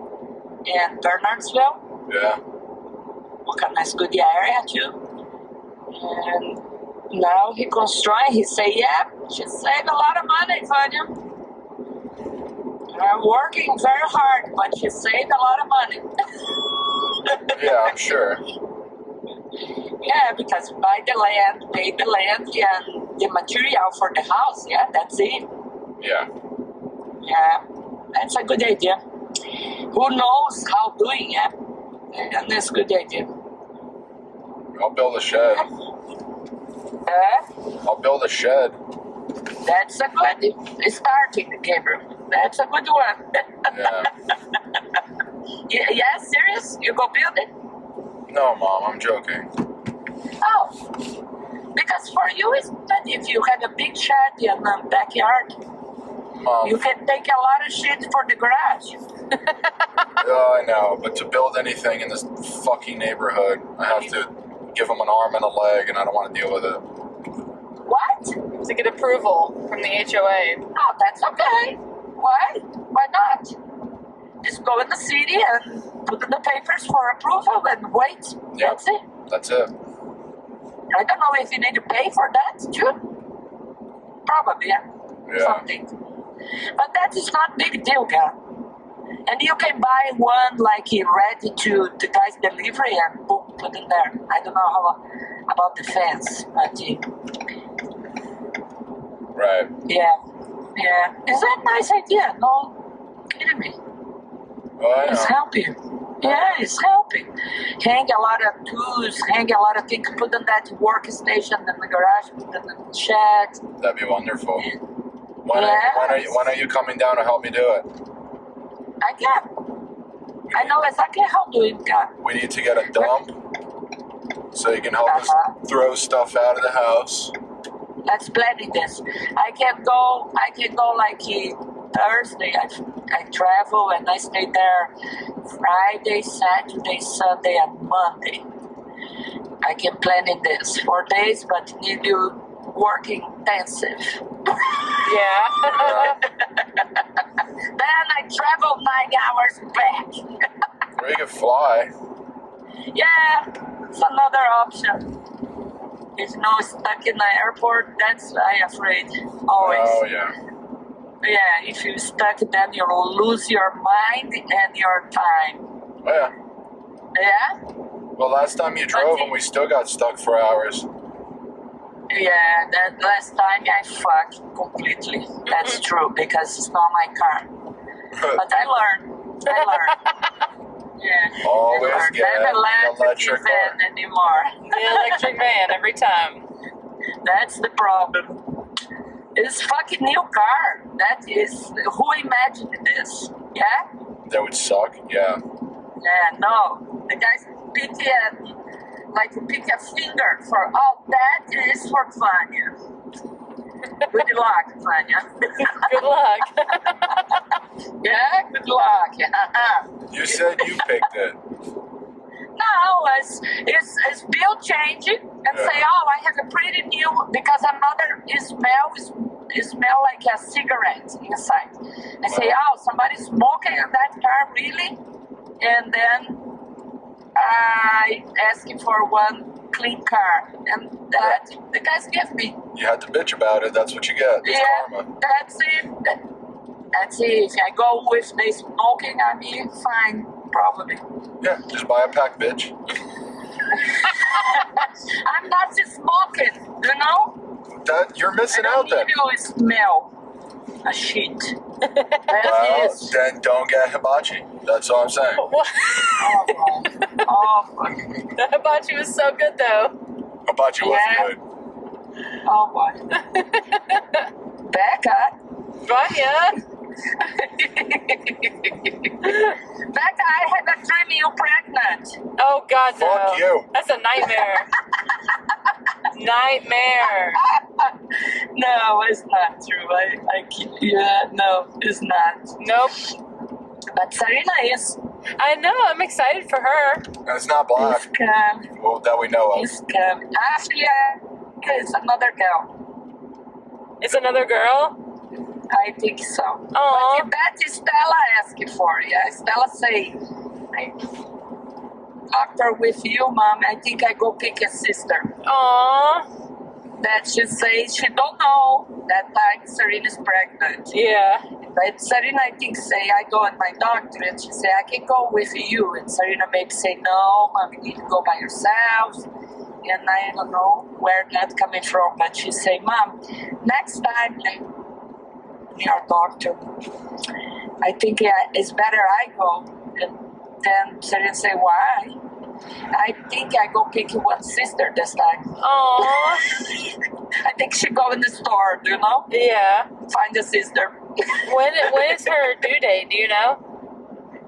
Speaker 4: in Bernardsville.
Speaker 1: Yeah.
Speaker 4: What a nice good area too. And now he construct. He say, "Yeah, she save a lot of money for him. I'm working very hard, but she saved a lot of money.
Speaker 1: Yeah. I'm sure.
Speaker 4: yeah, because buy the land, pay the land, and the material for the house. Yeah, that's it.
Speaker 1: Yeah.
Speaker 4: Yeah, that's a good idea. Who knows how doing? Yeah, and that's a good idea.
Speaker 1: I'll build a shed.
Speaker 4: Yeah.
Speaker 1: I'll build a shed.
Speaker 4: That's a good starting, Gabriel. That's a good one.
Speaker 1: Yeah.
Speaker 4: Y- yeah, serious? You go build it?
Speaker 1: No, mom. I'm joking.
Speaker 4: Oh, because for you, it's that if you have a big shed in the backyard,
Speaker 1: Mom.
Speaker 4: you can take a lot of shit for the garage.
Speaker 1: Oh, I know, but to build anything in this fucking neighborhood, I have to give them an arm and a leg, and I don't want to deal with it.
Speaker 4: What?
Speaker 2: to get approval from the HOA.
Speaker 4: Oh, that's okay. Why? Why not? Just go in the city and put in the papers for approval and wait.
Speaker 1: Yeah.
Speaker 4: That's it.
Speaker 1: That's it.
Speaker 4: I don't know if you need to pay for that, too. Probably, yeah.
Speaker 1: Yeah.
Speaker 4: something. But that is not big deal, girl. And you can buy one like it ready to the guy's delivery and boom, put it there. I don't know how about the fence, but uh,
Speaker 1: Right.
Speaker 4: yeah, yeah, is that a nice idea? No, kidding me.
Speaker 1: Oh, I
Speaker 4: It's
Speaker 1: know.
Speaker 4: helping. Yeah, it's helping. Hang a lot of tools, hang a lot of things, put in that workstation in the garage, put in the shed.
Speaker 1: That'd be wonderful. When are, when are you When are you coming down to help me do it?
Speaker 4: I can. I know exactly how to do it, girl.
Speaker 1: We need to get a dump, so you can help
Speaker 4: Uh-huh.
Speaker 1: us throw stuff out of the house.
Speaker 4: let's plan it this. I can go. I can go like uh, Thursday. I, I travel and I stay there Friday, Saturday, Sunday, and Monday. I can plan in this four days, but need you work intensive.
Speaker 2: Yeah.
Speaker 4: Then I travel nine hours back.
Speaker 1: Or you can fly.
Speaker 4: Yeah, it's another option. If no stuck in the airport, that's I afraid always.
Speaker 1: Oh yeah.
Speaker 4: Yeah, if you stuck, then you'll lose your mind and your time.
Speaker 1: Oh yeah.
Speaker 4: Yeah,
Speaker 1: Well, last time you drove and we still got stuck for hours.
Speaker 4: yeah. That last time I fucked completely. That's true because it's not my car. But I learned. I learned. yeah. I
Speaker 1: Always
Speaker 4: learned.
Speaker 1: get
Speaker 4: Never
Speaker 1: an
Speaker 4: let
Speaker 1: electric
Speaker 4: van
Speaker 1: car.
Speaker 4: anymore.
Speaker 2: the electric van every time.
Speaker 4: That's the problem. It's fucking new car. That is who imagined this? Yeah?
Speaker 1: That would suck. Yeah.
Speaker 4: Yeah, no. The guys pick a, like pick a finger for oh that is for Vanya. good luck, Vanya.
Speaker 2: Good luck.
Speaker 4: yeah, good luck.
Speaker 1: You said you picked it.
Speaker 4: no, it's, it's it's bill changing and
Speaker 1: Yeah.
Speaker 4: say, Oh, I have a pretty new because another is smell is it smell like a cigarette inside. I say,
Speaker 1: Wow.
Speaker 4: oh, somebody's smoking in that car, really? And then I ask him for one clean car, and that the guys give me.
Speaker 1: You had to bitch about it. That's what you get. It's
Speaker 4: yeah,
Speaker 1: karma.
Speaker 4: that's it. That- That's it. If I go with the smoking, I mean, fine, probably.
Speaker 1: Yeah. Just buy a pack, bitch.
Speaker 4: I'm not smoking, you know?
Speaker 1: That you're missing
Speaker 4: I
Speaker 1: out
Speaker 4: don't
Speaker 1: then.
Speaker 4: need you smell a shit.
Speaker 1: Well,
Speaker 4: That's it.
Speaker 1: then don't get hibachi. That's all I'm saying.
Speaker 2: What?
Speaker 4: Oh, oh, fuck.
Speaker 2: The hibachi was so good though.
Speaker 1: Hibachi was
Speaker 4: Yeah.
Speaker 1: good.
Speaker 4: Oh boy. Becca.
Speaker 2: Vanya.
Speaker 4: Becca, I had a dream you pregnant.
Speaker 2: Oh God, no.
Speaker 1: Fuck you.
Speaker 2: That's a nightmare. nightmare.
Speaker 4: No, it's not true. I, I keep, yeah, no, it's not.
Speaker 2: Nope.
Speaker 4: But Serena is.
Speaker 2: I know. I'm excited for her.
Speaker 1: And it's not black.
Speaker 4: Is come.
Speaker 1: Well, that we know of.
Speaker 4: Is come. Afia is another girl.
Speaker 2: It's another girl.
Speaker 4: I think so.
Speaker 2: Aw.
Speaker 4: But that is Stella asking for Yeah, Stella say, I, after with you, mom, I think I go pick a sister.
Speaker 2: Aw.
Speaker 4: that she says she don't know that time Serena is pregnant.
Speaker 2: Yeah.
Speaker 4: But Serena, I think, say I go on my doctor, and she say I can go with you. And Serena maybe say no, mom, you need to go by yourself. And I don't know where that coming from, but she say, mom, next time I- your doctor, I think yeah, it's better I go. And then Serena say why? I think I go pick one sister this time.
Speaker 2: Aw.
Speaker 4: I think she go in the store, do you know?
Speaker 2: Yeah.
Speaker 4: Find a sister.
Speaker 2: When when is her due date? Do you know?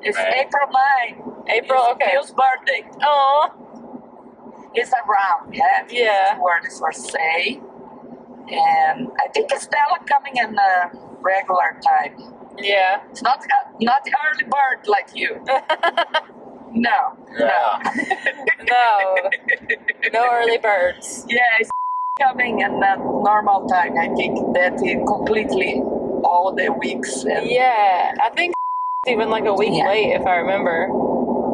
Speaker 4: It's
Speaker 1: Right.
Speaker 4: April 9.
Speaker 2: April.
Speaker 4: It's
Speaker 2: Okay.
Speaker 4: Bill's birthday.
Speaker 2: Aw.
Speaker 4: It's around, yeah.
Speaker 2: Yeah.
Speaker 4: The word is for say. And I think Estella coming in uh, regular time.
Speaker 2: Yeah.
Speaker 4: It's not uh, not early bird like you. No.
Speaker 1: Yeah.
Speaker 2: No. No early birds.
Speaker 4: Yeah, it's coming in uh, normal time. I think that it completely all the weeks. And
Speaker 2: Yeah. I think it's even like a week
Speaker 4: Yeah.
Speaker 2: late if I remember.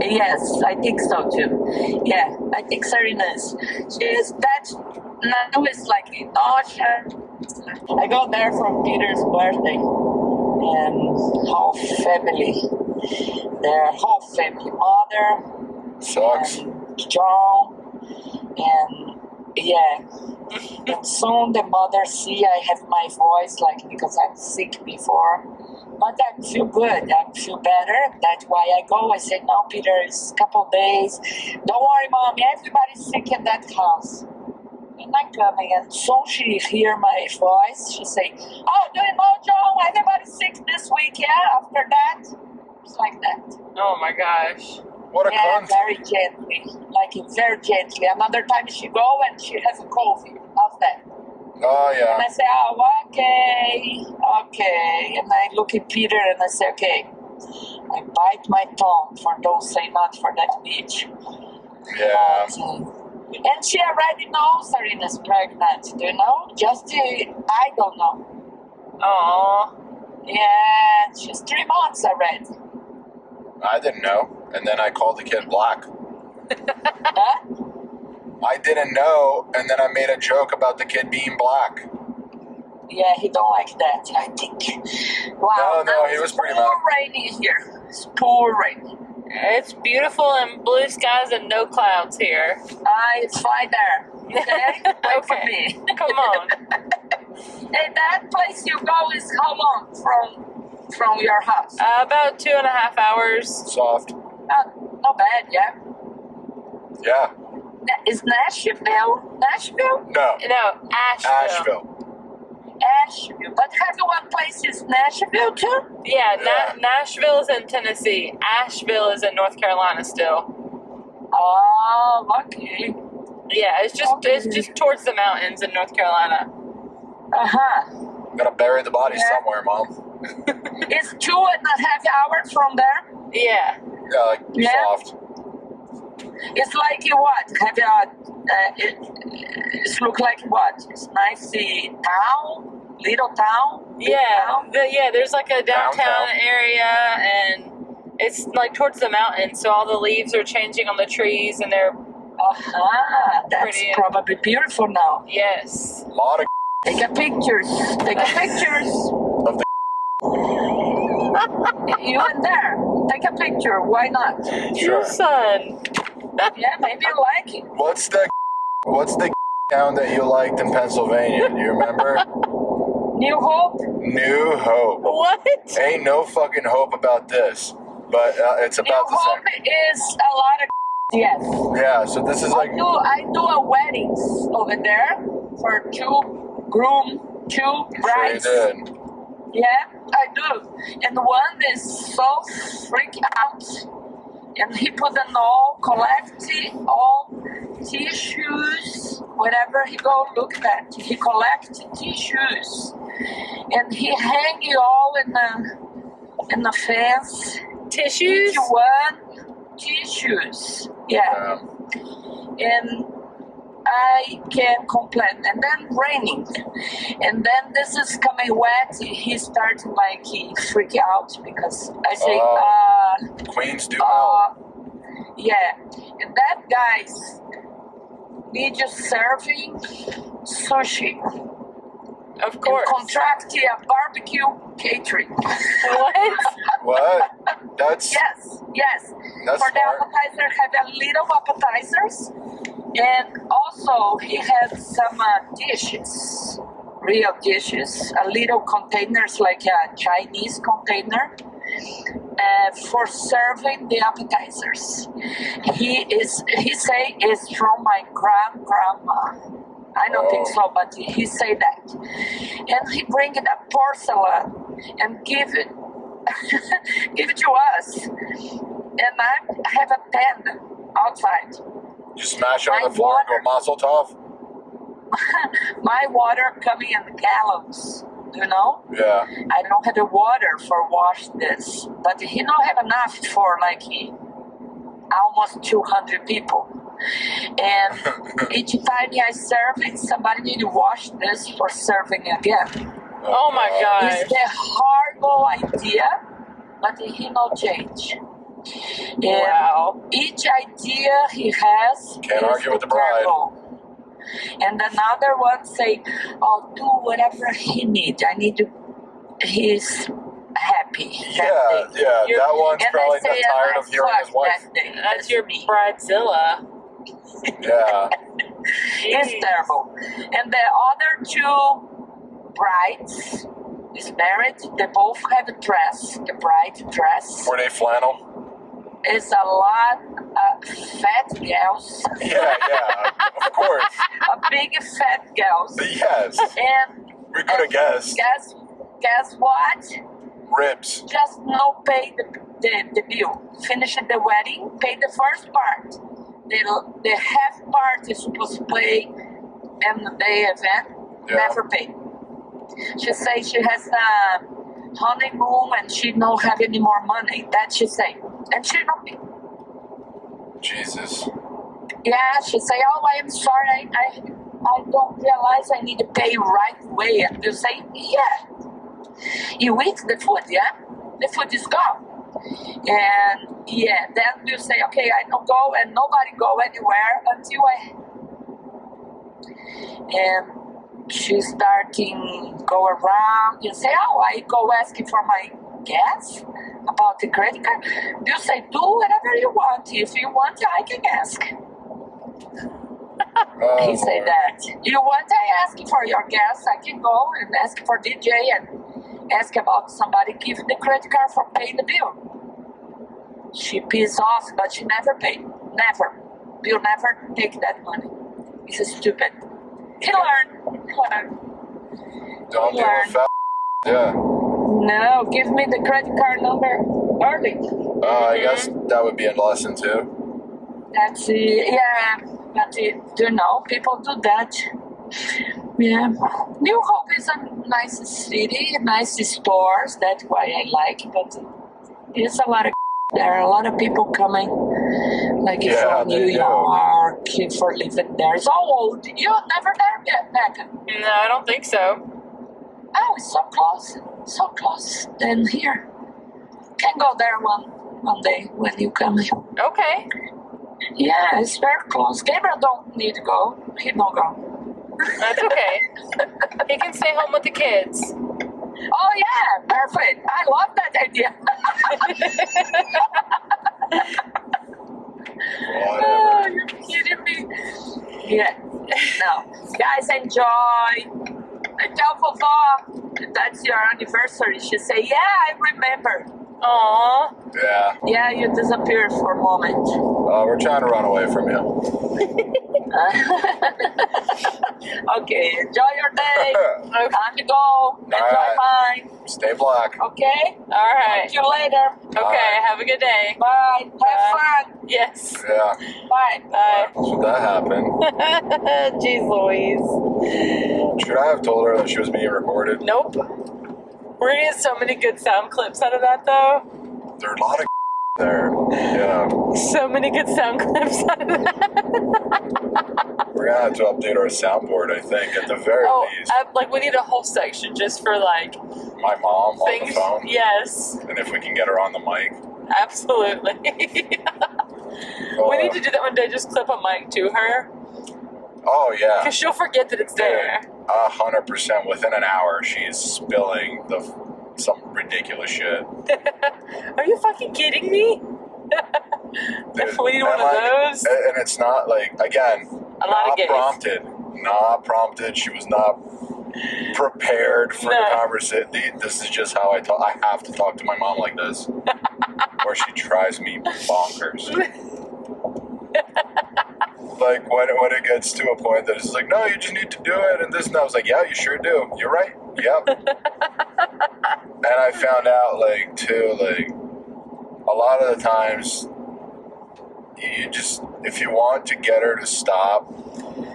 Speaker 4: Yes, I think so too. Yeah, I think Serena is. She is that now it's like in nausea. I got there from Peter's birthday and whole family. Their whole family, mother
Speaker 1: Sucks.
Speaker 4: and John and yeah. and soon the mother see I have my voice like because I'm sick before. But I feel good. I feel better. That's why I go. I say, no, Peter, it's a couple days. Don't worry, mommy. Everybody's sick in that house. And I'm coming. And soon she hear my voice. She say, oh, do you know, John? Everybody's sick this week, yeah? After that? It's like that.
Speaker 2: Oh my gosh.
Speaker 1: What a
Speaker 4: Yeah,
Speaker 1: cunt.
Speaker 4: very gently. Like very gently. Another time she go and she has a COVID. Of that.
Speaker 1: Oh
Speaker 4: And
Speaker 1: yeah.
Speaker 4: I say, oh, okay, okay. And I look at Peter and I say, okay. I bite my tongue for don't say not for that bitch.
Speaker 1: Yeah.
Speaker 4: But, uh, And she already knows Serena's pregnant, do you know? Just, uh, I don't know.
Speaker 2: Aw.
Speaker 4: Yeah, she's three months already.
Speaker 1: I didn't know. And then I called the kid black.
Speaker 4: huh?
Speaker 1: I didn't know, and then I made a joke about the kid being black.
Speaker 4: Yeah, he don't like that, I think. Wow.
Speaker 1: No, no,
Speaker 4: now
Speaker 1: he
Speaker 4: it's
Speaker 1: was pretty
Speaker 4: pouring
Speaker 1: mad.
Speaker 4: rainy here. It's pouring.
Speaker 2: It's beautiful and blue skies and no clouds here.
Speaker 4: Ah, it's fine there. Okay? Wait for
Speaker 2: Okay.
Speaker 4: me.
Speaker 2: Come on.
Speaker 4: And that place you go is how long from from your house?
Speaker 2: Uh, about two and a half hours.
Speaker 1: Soft.
Speaker 4: Not, not bad, yeah.
Speaker 1: Yeah.
Speaker 4: Na- Is Nashville? Nashville?
Speaker 1: No.
Speaker 2: No, Asheville.
Speaker 1: Asheville.
Speaker 4: Asheville. But have you one place is Nashville too?
Speaker 2: Yeah,
Speaker 1: Yeah.
Speaker 2: Na- Nashville is in Tennessee. Asheville is in North Carolina still.
Speaker 4: Oh, okay.
Speaker 2: Yeah, it's just it's just towards the mountains in North Carolina.
Speaker 4: Uh huh.
Speaker 1: Gotta bury the body
Speaker 4: Yeah.
Speaker 1: somewhere, Mom.
Speaker 4: It's two and a half hours from there.
Speaker 2: Yeah.
Speaker 1: Yeah, like
Speaker 4: Yeah.
Speaker 1: soft.
Speaker 4: It's like you what? Have you uh, it, it look like what? It's nice uh, town, little town. big
Speaker 2: Yeah,
Speaker 4: town?
Speaker 2: the, yeah. There's like a downtown,
Speaker 1: Downtown.
Speaker 2: area, and it's like towards the mountain, so all the leaves are changing on the trees, and they're
Speaker 4: Uh huh. That's
Speaker 2: Pretty.
Speaker 4: probably beautiful now.
Speaker 2: yes.
Speaker 1: A lot of
Speaker 4: Take a pictures. Take a pictures.
Speaker 1: Of
Speaker 4: you in there? Take a picture. Why not?
Speaker 1: Sure.
Speaker 2: Your son.
Speaker 4: Yeah, maybe you like it.
Speaker 1: What's the what's the town that you liked in Pennsylvania? Do you remember?
Speaker 4: New Hope.
Speaker 1: New Hope.
Speaker 2: What?
Speaker 1: Ain't no fucking hope about this. But uh, it's
Speaker 4: New
Speaker 1: about the
Speaker 4: Hope
Speaker 1: same.
Speaker 4: is a lot of. Yes.
Speaker 1: Yeah. So this is like
Speaker 4: I do. I do a weddings over there for two groom, two
Speaker 1: sure you
Speaker 4: brides.
Speaker 1: did.
Speaker 4: Yeah, I do. And one is so freaked out. And he put an all collecting all tissues, whatever he go look at. He collect tissues. And he hang it all in the in the fence.
Speaker 2: Tissues?
Speaker 4: Each one tissues. Yeah.
Speaker 1: Yeah.
Speaker 4: And I can complain. And then raining. And then this is coming wet. He started like he freak out because I say, uh,
Speaker 1: Queens do
Speaker 4: uh,
Speaker 1: well.
Speaker 4: yeah. And that guys, we just serving sushi
Speaker 2: Of
Speaker 4: and
Speaker 2: course.
Speaker 4: contract a barbecue catering.
Speaker 2: What?
Speaker 1: What? That's
Speaker 4: Yes, yes.
Speaker 1: that's
Speaker 4: for the
Speaker 1: smart.
Speaker 4: appetizer, have a little appetizers, and also he had some uh, dishes, real dishes, a little containers like a Chinese container. Uh, for serving the appetizers, he is. He say is from my grand grandma. I don't think
Speaker 1: Oh.
Speaker 4: so, but he say that, and he bring it a porcelain and give it, give it to us and I have a pen outside.
Speaker 1: You smash it on
Speaker 4: I
Speaker 1: the floor and go
Speaker 4: wonder-
Speaker 1: Mazel Tov.
Speaker 4: My water coming in gallons, you know.
Speaker 1: Yeah.
Speaker 4: I don't have the water for wash this, but he don't have enough for like he, almost two hundred people. And each time I serve it, somebody need to wash this for serving again.
Speaker 2: Oh my
Speaker 1: Uh,
Speaker 2: God.
Speaker 4: It's a horrible idea, but he no change. And
Speaker 2: Wow.
Speaker 4: each idea he has
Speaker 1: Can't
Speaker 4: is
Speaker 1: argue with the bride.
Speaker 4: terrible. and another one say i'll do whatever he needs i need to he's happy
Speaker 1: Yeah,
Speaker 4: that day.
Speaker 1: yeah,
Speaker 2: You're-
Speaker 1: that one's
Speaker 4: and
Speaker 1: probably
Speaker 4: I say
Speaker 1: not tired
Speaker 4: "I
Speaker 1: of hearing his
Speaker 4: suck
Speaker 1: wife.
Speaker 4: that day."
Speaker 2: That's your
Speaker 4: me.
Speaker 2: bridezilla.
Speaker 1: Yeah,
Speaker 4: It's
Speaker 2: Jeez.
Speaker 4: terrible. And the other two brides is married. They both have a dress. The bride dress
Speaker 1: were they flannel?
Speaker 4: is a lot uh, fat girls,
Speaker 1: Yeah, yeah, of course.
Speaker 4: a big fat girls.
Speaker 1: But yes,
Speaker 4: And
Speaker 1: we could have guessed.
Speaker 4: guess guess what?
Speaker 1: Ribs.
Speaker 4: Just no pay the, the, the bill. Finish the wedding, pay the first part. The, the half part is supposed to pay in the day event,
Speaker 1: Yeah.
Speaker 4: never pay. She say she has a honeymoon and she don't have any more money. That she say. And she don't pay.
Speaker 1: Jesus.
Speaker 4: Yeah, she say, "Oh, I am sorry. I, I, I don't realize I need to pay right away." And you say, "Yeah." You eat the food, yeah. The food is gone, and yeah. Then you say, "Okay, I don't go, and nobody go anywhere until I." And she starting go around. You say, "Oh, I go asking for my gas." About the credit card, you say do whatever you want. If you want, I can ask.
Speaker 1: Oh,
Speaker 4: He say
Speaker 1: Lord.
Speaker 4: that. You want I ask for your gas, I can go and ask for DJ and ask about somebody give the credit card for paying the bill. She pissed off, but she never paid. Never. Bill never take that money. It's stupid. He learned. He learned.
Speaker 1: Don't deal with fat. Yeah.
Speaker 4: No, give me the credit card number early.
Speaker 1: Uh, I guess
Speaker 2: Mm-hmm.
Speaker 1: that would be a lesson too.
Speaker 4: That's it. Yeah, but it, you know, people do that. Yeah. New Hope is a nice city, nice stores. That's why I like. But it's a lot of there are a lot of people coming, like
Speaker 1: Yeah,
Speaker 4: from
Speaker 1: they
Speaker 4: New
Speaker 1: do.
Speaker 4: York, for living there. It's all old. You never there yet, Becca.
Speaker 2: No, I don't think so.
Speaker 4: Oh, it's so close, so close. And here, can go there one one day when you come here.
Speaker 2: Okay.
Speaker 4: Yeah, it's very close. Gabriel don't need to go. He don't go.
Speaker 2: That's okay. he can stay home with the kids.
Speaker 4: Oh yeah, perfect. I love that idea.
Speaker 1: Whatever.
Speaker 4: Oh, you're kidding me. Yeah. No. Guys, enjoy. I tell Vovó that's your anniversary. She say, yeah, I remember.
Speaker 2: Aw.
Speaker 1: Yeah.
Speaker 4: Yeah, you disappeared for a moment.
Speaker 1: Uh, we're trying to run away from you.
Speaker 4: okay, enjoy your day.
Speaker 2: Okay.
Speaker 4: Time to go. Enjoy
Speaker 1: Alright.
Speaker 4: mine.
Speaker 1: Stay black.
Speaker 4: Okay?
Speaker 2: All right.
Speaker 4: Talk to you later.
Speaker 2: Okay. Have a good day.
Speaker 4: Bye.
Speaker 2: Bye.
Speaker 4: Have
Speaker 2: Yes.
Speaker 1: Yeah.
Speaker 4: fun. Bye.
Speaker 2: Bye.
Speaker 1: Should that happen?
Speaker 2: Jeez Louise.
Speaker 1: Should I have told her that she was being recorded?
Speaker 2: Nope. We're gonna get so many good sound clips out of that though.
Speaker 1: There are a lot of there. Yeah.
Speaker 2: So many good sound clips out of that.
Speaker 1: We're gonna have to update our soundboard, I think, at the very
Speaker 2: Oh,
Speaker 1: least.
Speaker 2: uh, like we need a whole section just for like
Speaker 1: My mom on
Speaker 2: things.
Speaker 1: the phone.
Speaker 2: Yes,
Speaker 1: And if we can get her on the mic.
Speaker 2: absolutely. we
Speaker 1: Uh,
Speaker 2: need to do that one day. Just clip a mic to her
Speaker 1: Oh yeah.
Speaker 2: because she'll forget that it's there.
Speaker 1: Dude, a hundred percent. Within an hour, she is spilling the f- some ridiculous shit.
Speaker 2: Are you fucking kidding me?
Speaker 1: Dude,
Speaker 2: we need one
Speaker 1: and, like,
Speaker 2: of those.
Speaker 1: a- And it's not like again,
Speaker 2: A lot of
Speaker 1: not
Speaker 2: gays.
Speaker 1: prompted, not prompted. She was not prepared for
Speaker 2: No.
Speaker 1: the conversation. This is just how I talk. I have to talk to my mom like this, or she drives me bonkers. like when when it gets to a point that it's like, no, you just need to do it, and this, and I was like, yeah, you sure do. You're right. Yep. and I found out like too, like a lot of the times you just if you want to get her to stop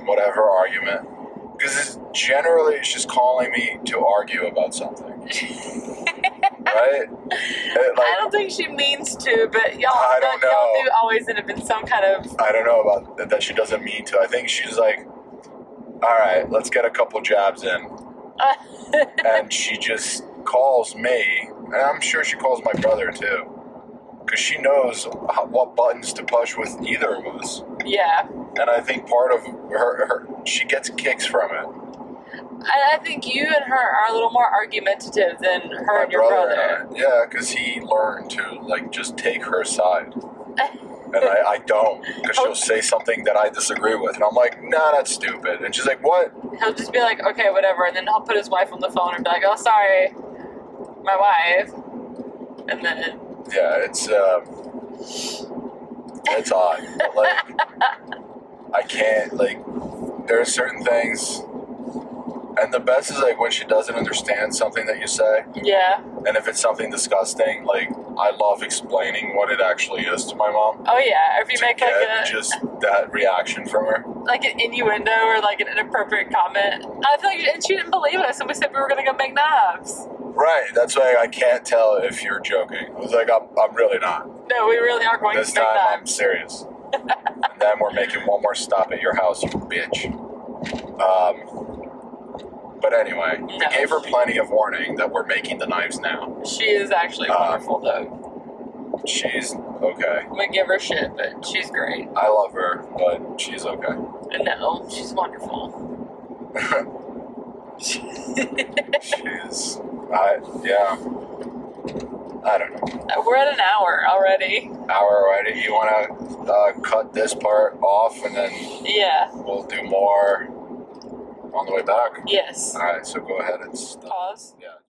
Speaker 1: whatever argument because it's generally she's calling me to argue about something right It,
Speaker 2: I
Speaker 1: like
Speaker 2: don't think she means to, but y'all,
Speaker 1: I don't
Speaker 2: y'all
Speaker 1: know.
Speaker 2: do always end up in some kind of.
Speaker 1: I don't know about that, that she doesn't mean to I think she's like all right let's get a couple jabs in and she just calls me and I'm sure she calls my brother too because she knows how, what buttons to push with either of us
Speaker 2: yeah,
Speaker 1: and I think part of her, her she gets kicks from it.
Speaker 2: I, I think you and her are a little more argumentative than her
Speaker 1: My
Speaker 2: and your brother.
Speaker 1: and I. yeah, because he learned to like just take her side, and I, I don't because she'll say something that I disagree with, and I'm like, nah, that's stupid, and she's like, what?
Speaker 2: He'll just be like, okay, whatever, and then he'll put his wife on the phone and be like, oh, sorry, my wife, and then
Speaker 1: Yeah, it's um, it's odd. But, like, I can't like. There are certain things, and the best is like when she doesn't understand something that you say.
Speaker 2: yeah,
Speaker 1: And if it's something disgusting, like I love explaining what it actually is to my mom.
Speaker 2: oh yeah, or if you
Speaker 1: to
Speaker 2: make like
Speaker 1: get
Speaker 2: a
Speaker 1: just that reaction from her.
Speaker 2: like an innuendo or like an inappropriate comment, I feel like, and she didn't believe us, and we said we were gonna go make knives.
Speaker 1: Right. That's why I can't tell if you're joking. I was like, I'm, I'm really not.
Speaker 2: No, we really are going
Speaker 1: This
Speaker 2: to make
Speaker 1: time I'm
Speaker 2: knives.
Speaker 1: serious. and then we're making one more stop at your house, you bitch. Um, but anyway,
Speaker 2: No.
Speaker 1: we gave her plenty of warning that we're making the knives now.
Speaker 2: She is actually
Speaker 1: Uh,
Speaker 2: wonderful, though.
Speaker 1: She's okay.
Speaker 2: I'm gonna give her shit, but she's great.
Speaker 1: I love her, but she's okay.
Speaker 2: No, she's wonderful.
Speaker 1: She's, I yeah. I don't know.
Speaker 2: Uh, We're at an hour already.
Speaker 1: Hour already. You want to uh, cut this part off, and then
Speaker 2: Yeah.
Speaker 1: we'll do more on the way back.
Speaker 2: Yes.
Speaker 1: All right. So go ahead and stop.
Speaker 2: Pause.
Speaker 1: Yeah.